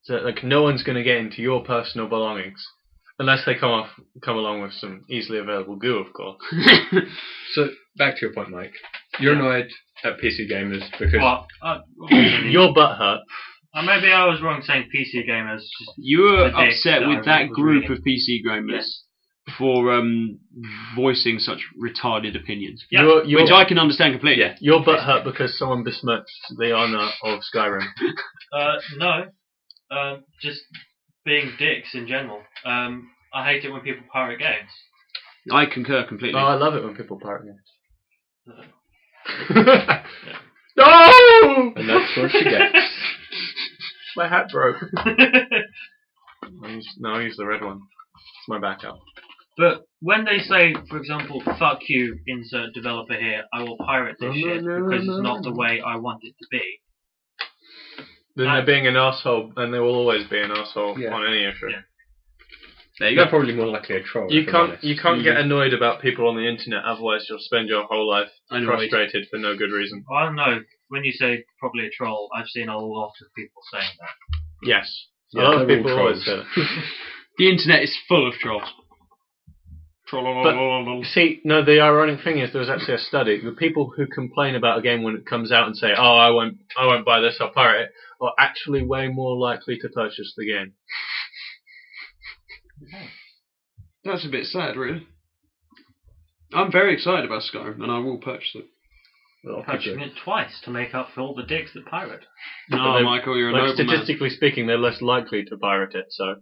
Speaker 1: So like, no one's going to get into your personal belongings unless they come off, come along with some easily available goo, of course.
Speaker 5: So back to your point, Mike. You're annoyed at PC gamers because
Speaker 3: Well, uh, okay,
Speaker 1: Your butt hurt.
Speaker 3: uh, maybe I was wrong saying PC gamers. Just,
Speaker 2: You were
Speaker 3: The text
Speaker 2: upset
Speaker 3: that
Speaker 2: with
Speaker 3: I
Speaker 2: that
Speaker 3: was
Speaker 2: group
Speaker 3: reading.
Speaker 2: of PC gamers for um, voicing such retarded opinions,
Speaker 3: Yeah.
Speaker 1: Your, your,
Speaker 2: which I can understand completely.
Speaker 5: Yeah.
Speaker 1: your butt hurt because someone besmirched the honor of Skyrim.
Speaker 3: uh, no, uh, just being dicks in general. Um, I hate it when people pirate games.
Speaker 2: I concur completely.
Speaker 1: Oh, I love it when people pirate games. no!
Speaker 5: and that's what you get.
Speaker 1: My hat broke. I use, no, I use the red one. It's my backup.
Speaker 3: but when they say, for example, "fuck you," insert developer here, I will pirate
Speaker 1: No,
Speaker 3: this
Speaker 1: no,
Speaker 3: shit
Speaker 1: no,
Speaker 3: because
Speaker 1: no,
Speaker 3: it's not
Speaker 1: no.
Speaker 3: the way I want it to be.
Speaker 1: Then
Speaker 3: I-
Speaker 1: they're being an asshole, and they will always be an asshole
Speaker 5: Yeah.
Speaker 1: on any issue.
Speaker 3: Yeah.
Speaker 2: there you
Speaker 5: You're
Speaker 2: go.
Speaker 5: probably more likely a troll.
Speaker 1: You
Speaker 5: if I'm
Speaker 1: can't
Speaker 5: honest.
Speaker 1: you can't get annoyed about people on the internet, otherwise you'll spend your whole life
Speaker 2: Annoyed.
Speaker 1: frustrated for no good reason.
Speaker 3: I don't know. When you say probably a troll, I've seen a lot of people saying that.
Speaker 1: Yes. a
Speaker 5: Yeah,
Speaker 1: lot of
Speaker 5: they're all
Speaker 1: people always say
Speaker 5: trolls.
Speaker 1: that.
Speaker 2: The internet is full of trolls. Troll.
Speaker 1: See, no, the ironic thing is there was actually a study. The people who complain about a game when it comes out and say, "Oh, I won't, I won't buy this, I'll pirate it," are actually way more likely to purchase the game.
Speaker 2: That's a bit sad, really. I'm very excited about Skyrim, and I will purchase it.
Speaker 5: Well,
Speaker 3: Punching
Speaker 5: people-
Speaker 3: it twice to make up for all the dicks that pirate.
Speaker 2: No,
Speaker 1: they-
Speaker 2: Michael, you're a
Speaker 1: Like
Speaker 2: noble man.
Speaker 1: statistically speaking, they're less likely to pirate it. So,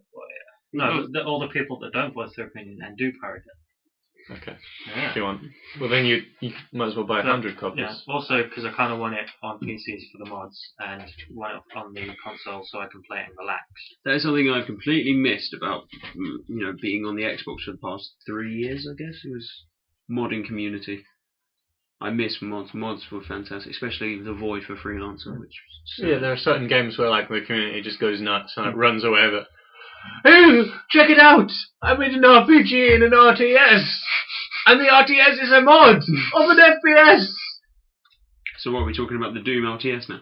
Speaker 3: No, but the, all the people that don't voice their opinion and do pirate it.
Speaker 1: okay,
Speaker 3: Yeah.
Speaker 1: if you want, well then you you might as well buy a
Speaker 3: No,
Speaker 1: hundred copies.
Speaker 3: Yeah. Also, because I kind of want it on PCs for the mods and want it on the console so I can play it and relax.
Speaker 2: That is something I've completely missed about mm, you know being on the Xbox for the past three years. I guess it was modding community. I miss mods. Mods were fantastic, especially the Void for freelancer, which was
Speaker 1: Yeah, there are certain games where like the community just goes nuts and it runs away with it. Hey, check it out! I made an RPG and an RTS, and the RTS is a mod of an FPS.
Speaker 2: So what are we talking about? The Doom LTS now?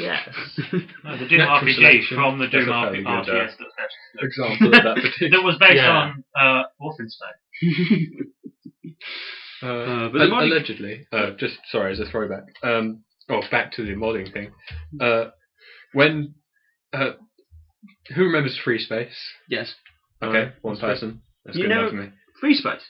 Speaker 1: Yes.
Speaker 3: No, the Doom
Speaker 5: Natural
Speaker 3: RPG
Speaker 5: selection.
Speaker 3: from the Doom
Speaker 5: That's a fairly
Speaker 3: RPG RTS
Speaker 5: good, uh,
Speaker 3: that's best.
Speaker 5: Example of that particular.
Speaker 3: that was based
Speaker 1: Yeah.
Speaker 3: on uh, Wolfenstein.
Speaker 5: Uh,
Speaker 2: Uh, but
Speaker 5: al-
Speaker 2: the modding-
Speaker 5: allegedly, uh, just sorry as a throwback. Um, oh, back to the modding thing. Uh, when uh, who remembers Free Space?
Speaker 2: yes.
Speaker 5: Okay,
Speaker 1: Uh,
Speaker 5: one
Speaker 1: Free Space.
Speaker 5: person. That's
Speaker 2: You
Speaker 5: good
Speaker 2: know-
Speaker 5: enough for me.
Speaker 2: Free space.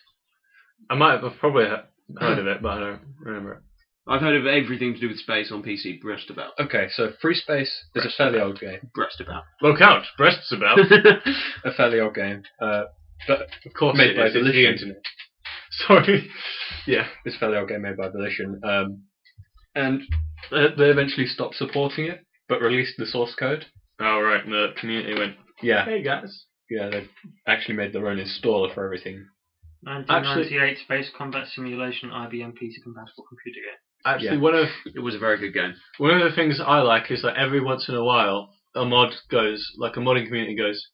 Speaker 1: I might have I've probably he- heard of it, but I don't remember it.
Speaker 2: I've heard of everything to do with space on PC. Breast about.
Speaker 5: Okay, so Free Space is a fairly old game.
Speaker 2: Breast about.
Speaker 1: Look out, breasts about.
Speaker 5: A fairly old game. Uh,
Speaker 1: of course,
Speaker 5: Made
Speaker 1: it
Speaker 5: by
Speaker 1: is, it's the
Speaker 5: Volition.
Speaker 1: internet. Sorry. Yeah.
Speaker 5: it's a fairly old game made by Volition. Um, and they they eventually stopped supporting it, but released the source code.
Speaker 1: oh, right. and The community went.
Speaker 5: Yeah,
Speaker 1: Hey guys.
Speaker 5: yeah, they actually made their own installer for everything.
Speaker 3: 1998 Space Combat Simulation IBM PC compatible computer game.
Speaker 1: Actually,
Speaker 5: Yeah.
Speaker 1: one of
Speaker 2: it was a very good game.
Speaker 1: One of the things I like is that every once in a while, a mod goes, like a modding community goes,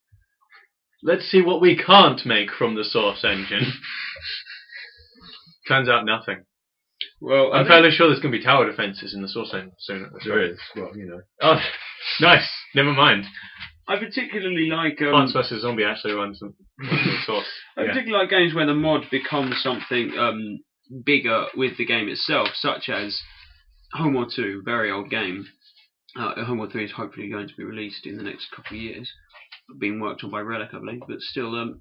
Speaker 1: let's see what we can't make from the source engine. Turns out nothing.
Speaker 2: Well,
Speaker 1: I'm fairly sure there's going to be tower defences in the source engine soon. at this rate.
Speaker 5: is, well, you know.
Speaker 1: Oh, nice. Never mind.
Speaker 2: I particularly like um,
Speaker 1: Plants vs. Zombie actually runs in runs in the source.
Speaker 2: I
Speaker 5: Yeah.
Speaker 2: particularly like games where the mod becomes something um, bigger with the game itself, such as Home War 2, very old game. Uh, Home War 3 is hopefully going to be released in the next couple of years, being worked on by Relic, I believe. But still, um,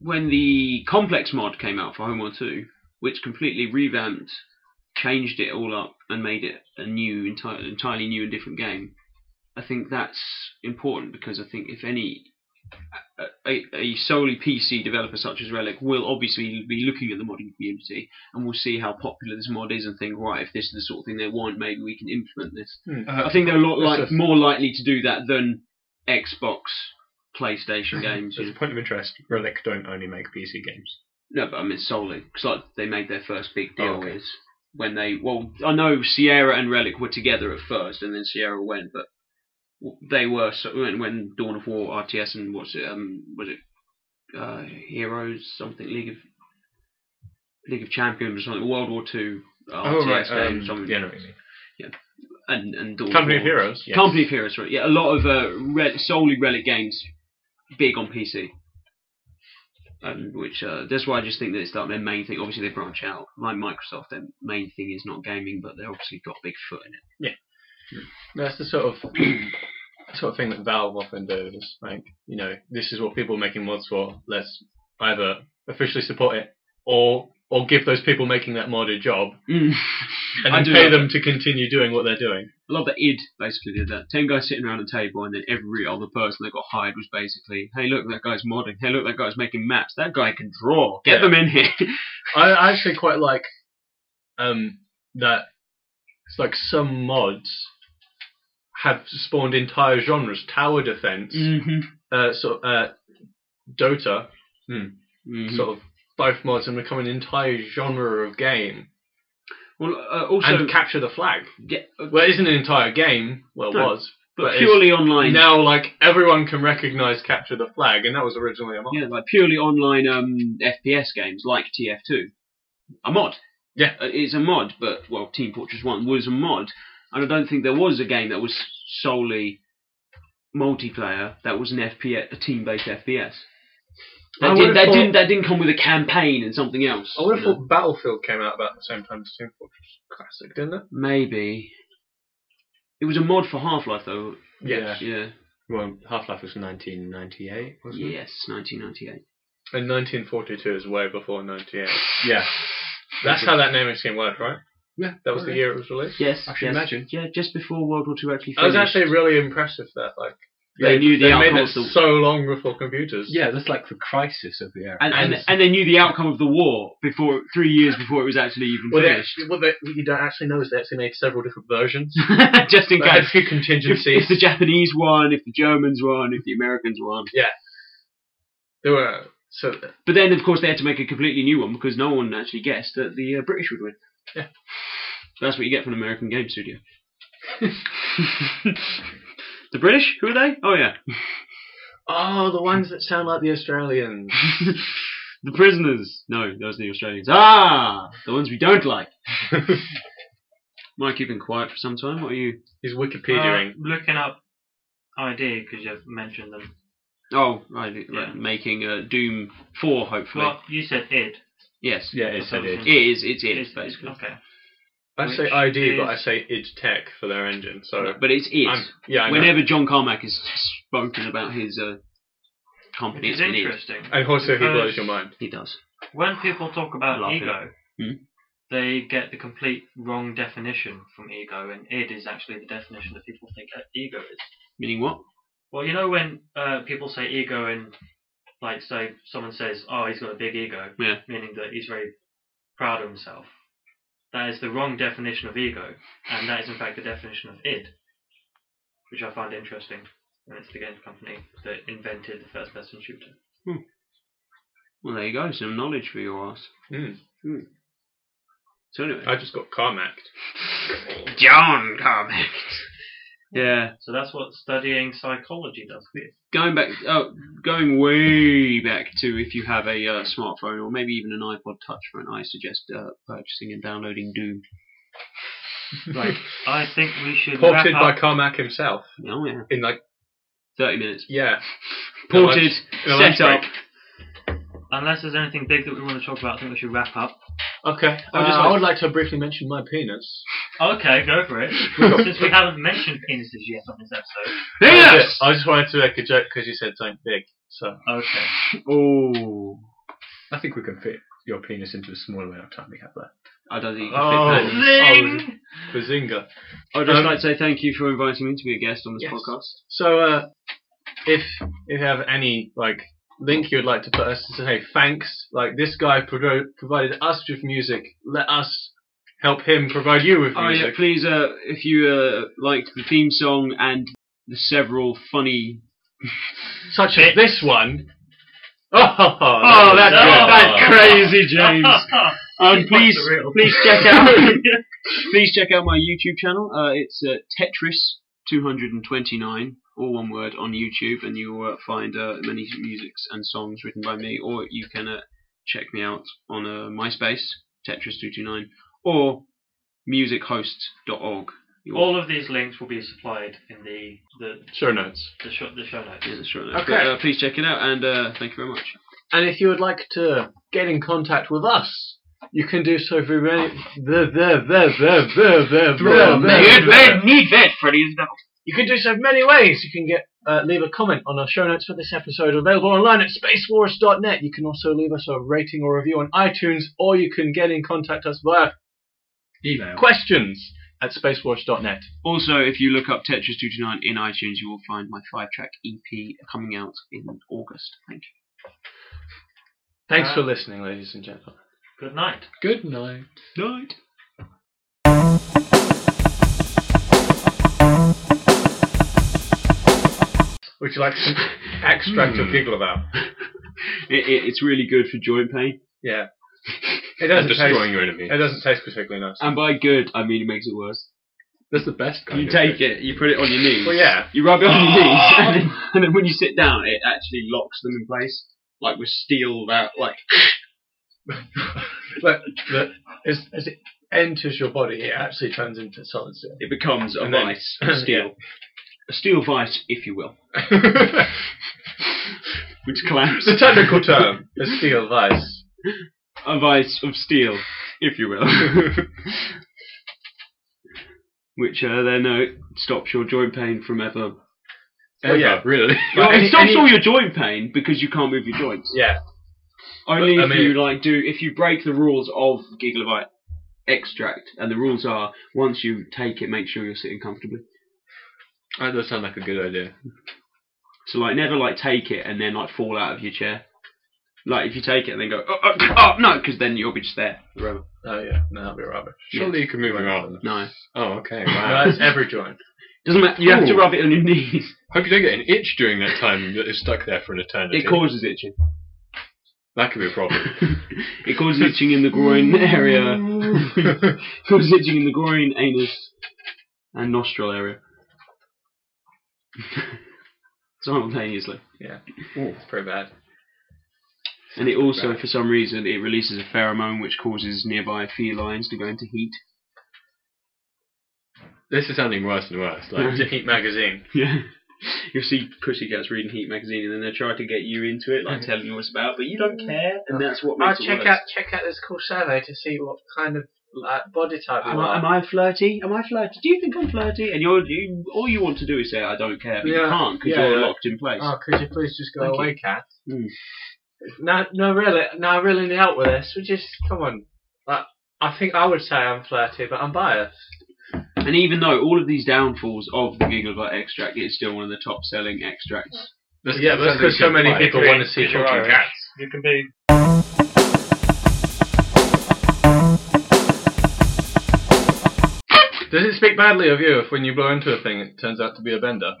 Speaker 2: when the Complex mod came out for Home War 2, which completely revamped, changed it all up, and made it a new, enti- entirely new and different game, I think that's important because I think if any a, a solely PC developer such as Relic will obviously be looking at the modding community and will see how popular this mod is and think, right, if this is the sort of thing they want, maybe we can implement this.
Speaker 5: Hmm. Uh,
Speaker 2: I think they're a lot like,
Speaker 5: It's a-
Speaker 2: more likely to do that than Xbox, PlayStation games.
Speaker 5: As a point of interest, Relic don't only make PC games.
Speaker 2: No, but I mean solely because like they made their first big deal
Speaker 5: Oh, okay.
Speaker 2: is when they. Well, I know Sierra and Relic were together at first, and then Sierra went, but they were so when, when Dawn of War RTS and what's it um was it uh Heroes something League of League of Champions or something, World War Two RTS game,
Speaker 5: um,
Speaker 2: something,
Speaker 5: yeah, I know what you mean.
Speaker 2: and and all
Speaker 1: Company of
Speaker 2: all-
Speaker 1: Heroes.
Speaker 5: Yes.
Speaker 2: Company of Heroes, right? Yeah, a lot of uh, re- solely relic games, big on PC. Um, which uh, that's why I just think that it's like their main thing. Obviously, they branch out like Microsoft. Their main thing is not gaming, but they obviously got a big foot in it.
Speaker 1: That's the sort of sort of thing that Valve often do. Is like, you know, this is what people are making mods for. Let's either officially support it or or give those people making that mod a job and
Speaker 2: I
Speaker 1: then
Speaker 2: do
Speaker 1: pay
Speaker 2: like
Speaker 1: them to continue doing what they're doing.
Speaker 2: A lot of the id basically did that. Ten guys sitting around a table, and then every other person that got hired was basically, "Hey, look, that guy's modding. Hey, look, that guy's making maps. That guy can draw.
Speaker 1: Yeah.
Speaker 2: Get them in here."
Speaker 1: I I actually quite like um, that. It's like some mods have spawned entire genres: tower defense,
Speaker 2: mm-hmm.
Speaker 1: uh, sort of, uh, Dota,
Speaker 2: Mm-hmm.
Speaker 1: sort of both mods, and become an entire genre of game.
Speaker 2: Well, uh, also,
Speaker 1: and capture the flag.
Speaker 2: yeah, uh,
Speaker 1: Well, it isn't an entire game. Well, it
Speaker 2: No,
Speaker 1: was.
Speaker 2: but
Speaker 1: it's-
Speaker 2: purely online.
Speaker 1: Now, like everyone can recognize capture the flag, and that was originally a mod.
Speaker 2: Yeah, like purely online um, FPS games like TF2. A mod.
Speaker 1: Yeah.
Speaker 2: Uh, It's a mod, but, well, Team Fortress 1 was a mod. And I don't think there was a game that was solely multiplayer that was an FPS, a team based FPS.
Speaker 1: I
Speaker 2: That,
Speaker 1: would've
Speaker 2: did, that,
Speaker 1: thought-
Speaker 2: didn't, that didn't come with a campaign and something else.
Speaker 1: I would have
Speaker 2: you know.
Speaker 1: thought Battlefield came out about the same time as Team Fortress Classic, didn't it?
Speaker 2: Maybe. It was a mod for Half Life, though.
Speaker 5: Yes.
Speaker 2: Yeah.
Speaker 5: Well, Half Life was 1998, wasn't it?
Speaker 2: Yes, 1998.
Speaker 1: And 1942 is way before 98.
Speaker 5: Yeah.
Speaker 1: That's how that naming scheme worked, right?
Speaker 5: Yeah,
Speaker 1: That was the year it was released.
Speaker 2: Yes.
Speaker 5: I should
Speaker 2: yes.
Speaker 5: imagine.
Speaker 2: Yeah, just before World War Two actually
Speaker 1: I was
Speaker 2: finished.
Speaker 1: actually really impressive that like
Speaker 2: They knew
Speaker 1: they
Speaker 2: the
Speaker 1: made
Speaker 2: outcome
Speaker 1: it
Speaker 2: of the-
Speaker 1: so long before computers.
Speaker 5: Yeah, that's like the crisis of the era.
Speaker 2: and, and
Speaker 1: And-
Speaker 2: and they knew the outcome of the war before three years before it was actually even
Speaker 1: Well, they
Speaker 2: finished,
Speaker 1: actually, what, they, what you don't actually know is they actually made several different versions.
Speaker 2: just in
Speaker 1: They had a
Speaker 2: case.
Speaker 1: few
Speaker 2: If, if
Speaker 1: contingencies.
Speaker 2: the Japanese won, if the Germans won, if the Americans won,
Speaker 1: There were so
Speaker 2: but then of course they had to make a completely new one because no one actually guessed that the uh, British would win.
Speaker 1: Yeah.
Speaker 2: that's what you get from an American game studio. the British? Who are they? Oh yeah,
Speaker 1: oh the ones that sound like the Australians.
Speaker 2: the prisoners. No, those are the Australians. Ah, the ones we don't like. Mike, you've been quiet for some time. What are you?
Speaker 1: He's
Speaker 3: Uh,
Speaker 1: Wikipediaing.
Speaker 3: looking up ID because you've mentioned them.
Speaker 2: Oh, right, right,
Speaker 3: Yeah.
Speaker 2: making uh, Doom Four, hopefully.
Speaker 3: Well, you said id.
Speaker 2: yes,
Speaker 5: yeah, it's
Speaker 3: I
Speaker 5: it.
Speaker 3: thought
Speaker 2: it is. It's it,
Speaker 3: Is-
Speaker 2: basically.
Speaker 3: Okay.
Speaker 1: I say
Speaker 3: which
Speaker 1: ID,
Speaker 3: is-
Speaker 1: but I say id Tech for their engine. So
Speaker 2: But it's it.
Speaker 1: I'm, yeah, I know.
Speaker 2: Whenever John Carmack has spoken about his uh, company,
Speaker 3: It's
Speaker 2: it's been it.
Speaker 3: interesting.
Speaker 1: and also he
Speaker 3: because
Speaker 1: blows your mind.
Speaker 2: He does.
Speaker 3: When people talk
Speaker 2: I
Speaker 3: about
Speaker 2: love
Speaker 3: ego,
Speaker 2: Hmm.
Speaker 3: they get the complete wrong definition from ego, and id is actually the definition that people think that ego is.
Speaker 2: Meaning what?
Speaker 3: Well, you know when uh, people say ego and like say someone says, "Oh, he's got a big ego,"
Speaker 2: Yeah.
Speaker 3: meaning that he's very proud of himself. That is the wrong definition of ego, and that is in fact the definition of id, which I find interesting. And it's the game company that invented the first-person shooter.
Speaker 2: Well, there you go. Some knowledge for your ass.
Speaker 1: Hmm.
Speaker 2: So anyway,
Speaker 1: I just got Carmacked.
Speaker 2: John Carmack. yeah,
Speaker 3: So that's what studying psychology does for you.
Speaker 2: going back, oh, going way back to if you have a uh, smartphone or maybe even an iPod Touch phone, I suggest uh, purchasing and downloading Doom.
Speaker 3: Right. I think we should
Speaker 1: Ported
Speaker 3: wrap
Speaker 1: by
Speaker 3: up.
Speaker 1: Carmack himself
Speaker 2: Oh yeah,
Speaker 1: in like
Speaker 2: thirty minutes.
Speaker 1: yeah. In a lunch-
Speaker 2: Ported,
Speaker 1: in a lunch
Speaker 2: set up.
Speaker 1: break.
Speaker 3: Unless there's anything big that we want to talk about, I think we should wrap up.
Speaker 1: Okay. I, would just, I would like to briefly mention my penis.
Speaker 3: Okay, go for it. Since we haven't mentioned penises yet on this episode.
Speaker 2: Yes.
Speaker 1: I just wanted to make a joke because you said something big. So
Speaker 3: Okay.
Speaker 2: Oh,
Speaker 5: I think we can fit your penis into the small amount of time we have left.
Speaker 2: I don't think. You
Speaker 1: Oh.
Speaker 2: can fit that in.
Speaker 1: Zing! bazinga.
Speaker 2: I'd just
Speaker 1: Um,
Speaker 2: like to say thank you for inviting me to be a guest on this
Speaker 1: Yes.
Speaker 2: podcast.
Speaker 1: So uh, if if you have any like link you would like to put us to say thanks, like this guy pro- provided us with music, let us help him provide you with
Speaker 2: Oh yeah,
Speaker 1: music.
Speaker 2: please. Uh, if you uh, liked the theme song and the several funny.
Speaker 1: Such as this one. Oh,
Speaker 2: Oh,
Speaker 1: that
Speaker 2: that's,
Speaker 1: was good.
Speaker 2: that's crazy,
Speaker 3: Oh,
Speaker 2: James. Um, please,
Speaker 3: Fuck the real.
Speaker 2: please check out, please check out my YouTube channel. Uh, it's uh, Tetris 229, all one word, on YouTube, and you will uh, find uh, many musics and songs written by me. Or you can uh, check me out on uh, MySpace, Tetris229, or musichost.org. You
Speaker 3: All of these links will be supplied in the the
Speaker 1: Show notes.
Speaker 3: the show, the show notes.
Speaker 2: Yeah, that's right. But,
Speaker 1: Okay.
Speaker 2: uh, please check it out, and uh, thank you very much.
Speaker 1: And if you would like to get in contact with us, you can do so through many. The, the, the, the, the, the, the, the, the.
Speaker 2: need that, Freddy.
Speaker 1: You can do so many ways. You can get uh, leave a comment on our show notes for this episode, available online at spacewars.net. You can also leave us a rating or review on iTunes, or you can get in contact us via
Speaker 5: Email.
Speaker 1: questions at spacewars.net.
Speaker 2: Also, if you look up Tetris229 in iTunes, you will find my five-track EP coming out in August. Thank you.
Speaker 1: Thanks for listening, ladies and gentlemen.
Speaker 3: Good night.
Speaker 5: Uh, Good night.
Speaker 2: Night.
Speaker 1: Would you like some extract
Speaker 5: Hmm.
Speaker 1: or giggle about?
Speaker 2: It, it, it's really good for joint pain.
Speaker 1: Yeah. It
Speaker 5: And
Speaker 1: doesn't
Speaker 5: destroying
Speaker 1: taste.
Speaker 5: your enemy.
Speaker 1: It doesn't taste particularly nice.
Speaker 2: And by good, I mean it makes it worse.
Speaker 5: That's the best kind.
Speaker 2: You
Speaker 5: of
Speaker 2: take it, you put it on your knees.
Speaker 1: Well, yeah.
Speaker 2: You rub it on your knees, and then, and then when you sit down, it actually locks them in place, like with steel. That like
Speaker 1: But the, as, as it enters your body, it actually turns into solid steel.
Speaker 2: it becomes a
Speaker 1: And then-
Speaker 2: vice, a steel, a steel vice, if you will, which collapses.
Speaker 1: It's a technical term, a steel vice.
Speaker 2: a vice of steel, if you will, which uh, then uh, stops your joint pain from ever.
Speaker 5: Ever,
Speaker 1: yeah.
Speaker 5: Oh, really.
Speaker 1: Well, any-
Speaker 2: it stops
Speaker 1: any-
Speaker 2: all your joint pain because you can't move your joints.
Speaker 1: Yeah.
Speaker 2: Only
Speaker 5: But, I
Speaker 2: if
Speaker 5: mean-
Speaker 2: you like do if you break the rules of Gigabyte extract, and the rules are once you take it, make sure you're sitting comfortably.
Speaker 5: That does sound like a good idea.
Speaker 2: So like never like take it and then like fall out of your chair. Like if you take it and then go oh, oh, oh no, because then you'll be just there forever.
Speaker 1: Oh, yeah. No, that'd be rubbish.
Speaker 5: Surely you can move your arm.
Speaker 2: No,
Speaker 5: Oh, okay.
Speaker 1: No,
Speaker 5: Wow.
Speaker 1: that's every joint.
Speaker 2: doesn't matter. You have to
Speaker 5: Ooh.
Speaker 2: rub it on your knees.
Speaker 5: Hope you don't get an itch during that time that is stuck there for an eternity.
Speaker 2: It causes itching.
Speaker 5: that could be a problem.
Speaker 2: it causes itching in the groin area. causes itching in the groin, anus, and nostril area. Simultaneously.
Speaker 1: It's pretty bad.
Speaker 2: And it also, for some reason, it releases a pheromone which causes nearby felines to go into heat.
Speaker 5: this is sounding worse and worse. Like,
Speaker 1: Heat magazine.
Speaker 2: Yeah. You'll see pussycats reading Heat magazine and then they try to get you into it, like telling you what it's about, but you don't care, and that's what
Speaker 4: I'll
Speaker 2: makes it
Speaker 4: check
Speaker 2: worse.
Speaker 4: out check out this cool survey to see what kind of like, body type you
Speaker 2: Am I,
Speaker 4: are.
Speaker 2: am I flirty? Am I flirty? Do you think I'm flirty? And you're, you, all you want to do is say, I don't care, but you
Speaker 4: Yeah.
Speaker 2: can't because
Speaker 4: Yeah,
Speaker 2: you're
Speaker 4: yeah.
Speaker 2: locked in place.
Speaker 4: Oh, could you please just go
Speaker 2: Thank
Speaker 4: away, cat?
Speaker 2: Mm.
Speaker 4: No, no, really, no, really, out with this. We just come on. Like, I think I would say I'm flirty, but I'm biased.
Speaker 2: And even though all of these downfalls of the Gigabyte extract, it's still one of the top selling extracts.
Speaker 5: this-
Speaker 1: Yeah, but
Speaker 5: sounds
Speaker 1: that's because so
Speaker 5: like
Speaker 1: many
Speaker 5: quite-
Speaker 1: people want to see
Speaker 3: You're
Speaker 1: talking
Speaker 3: Irish.
Speaker 1: cats.
Speaker 3: You can be
Speaker 1: Does it speak badly of you if when you blow into a thing it turns out to be a bender?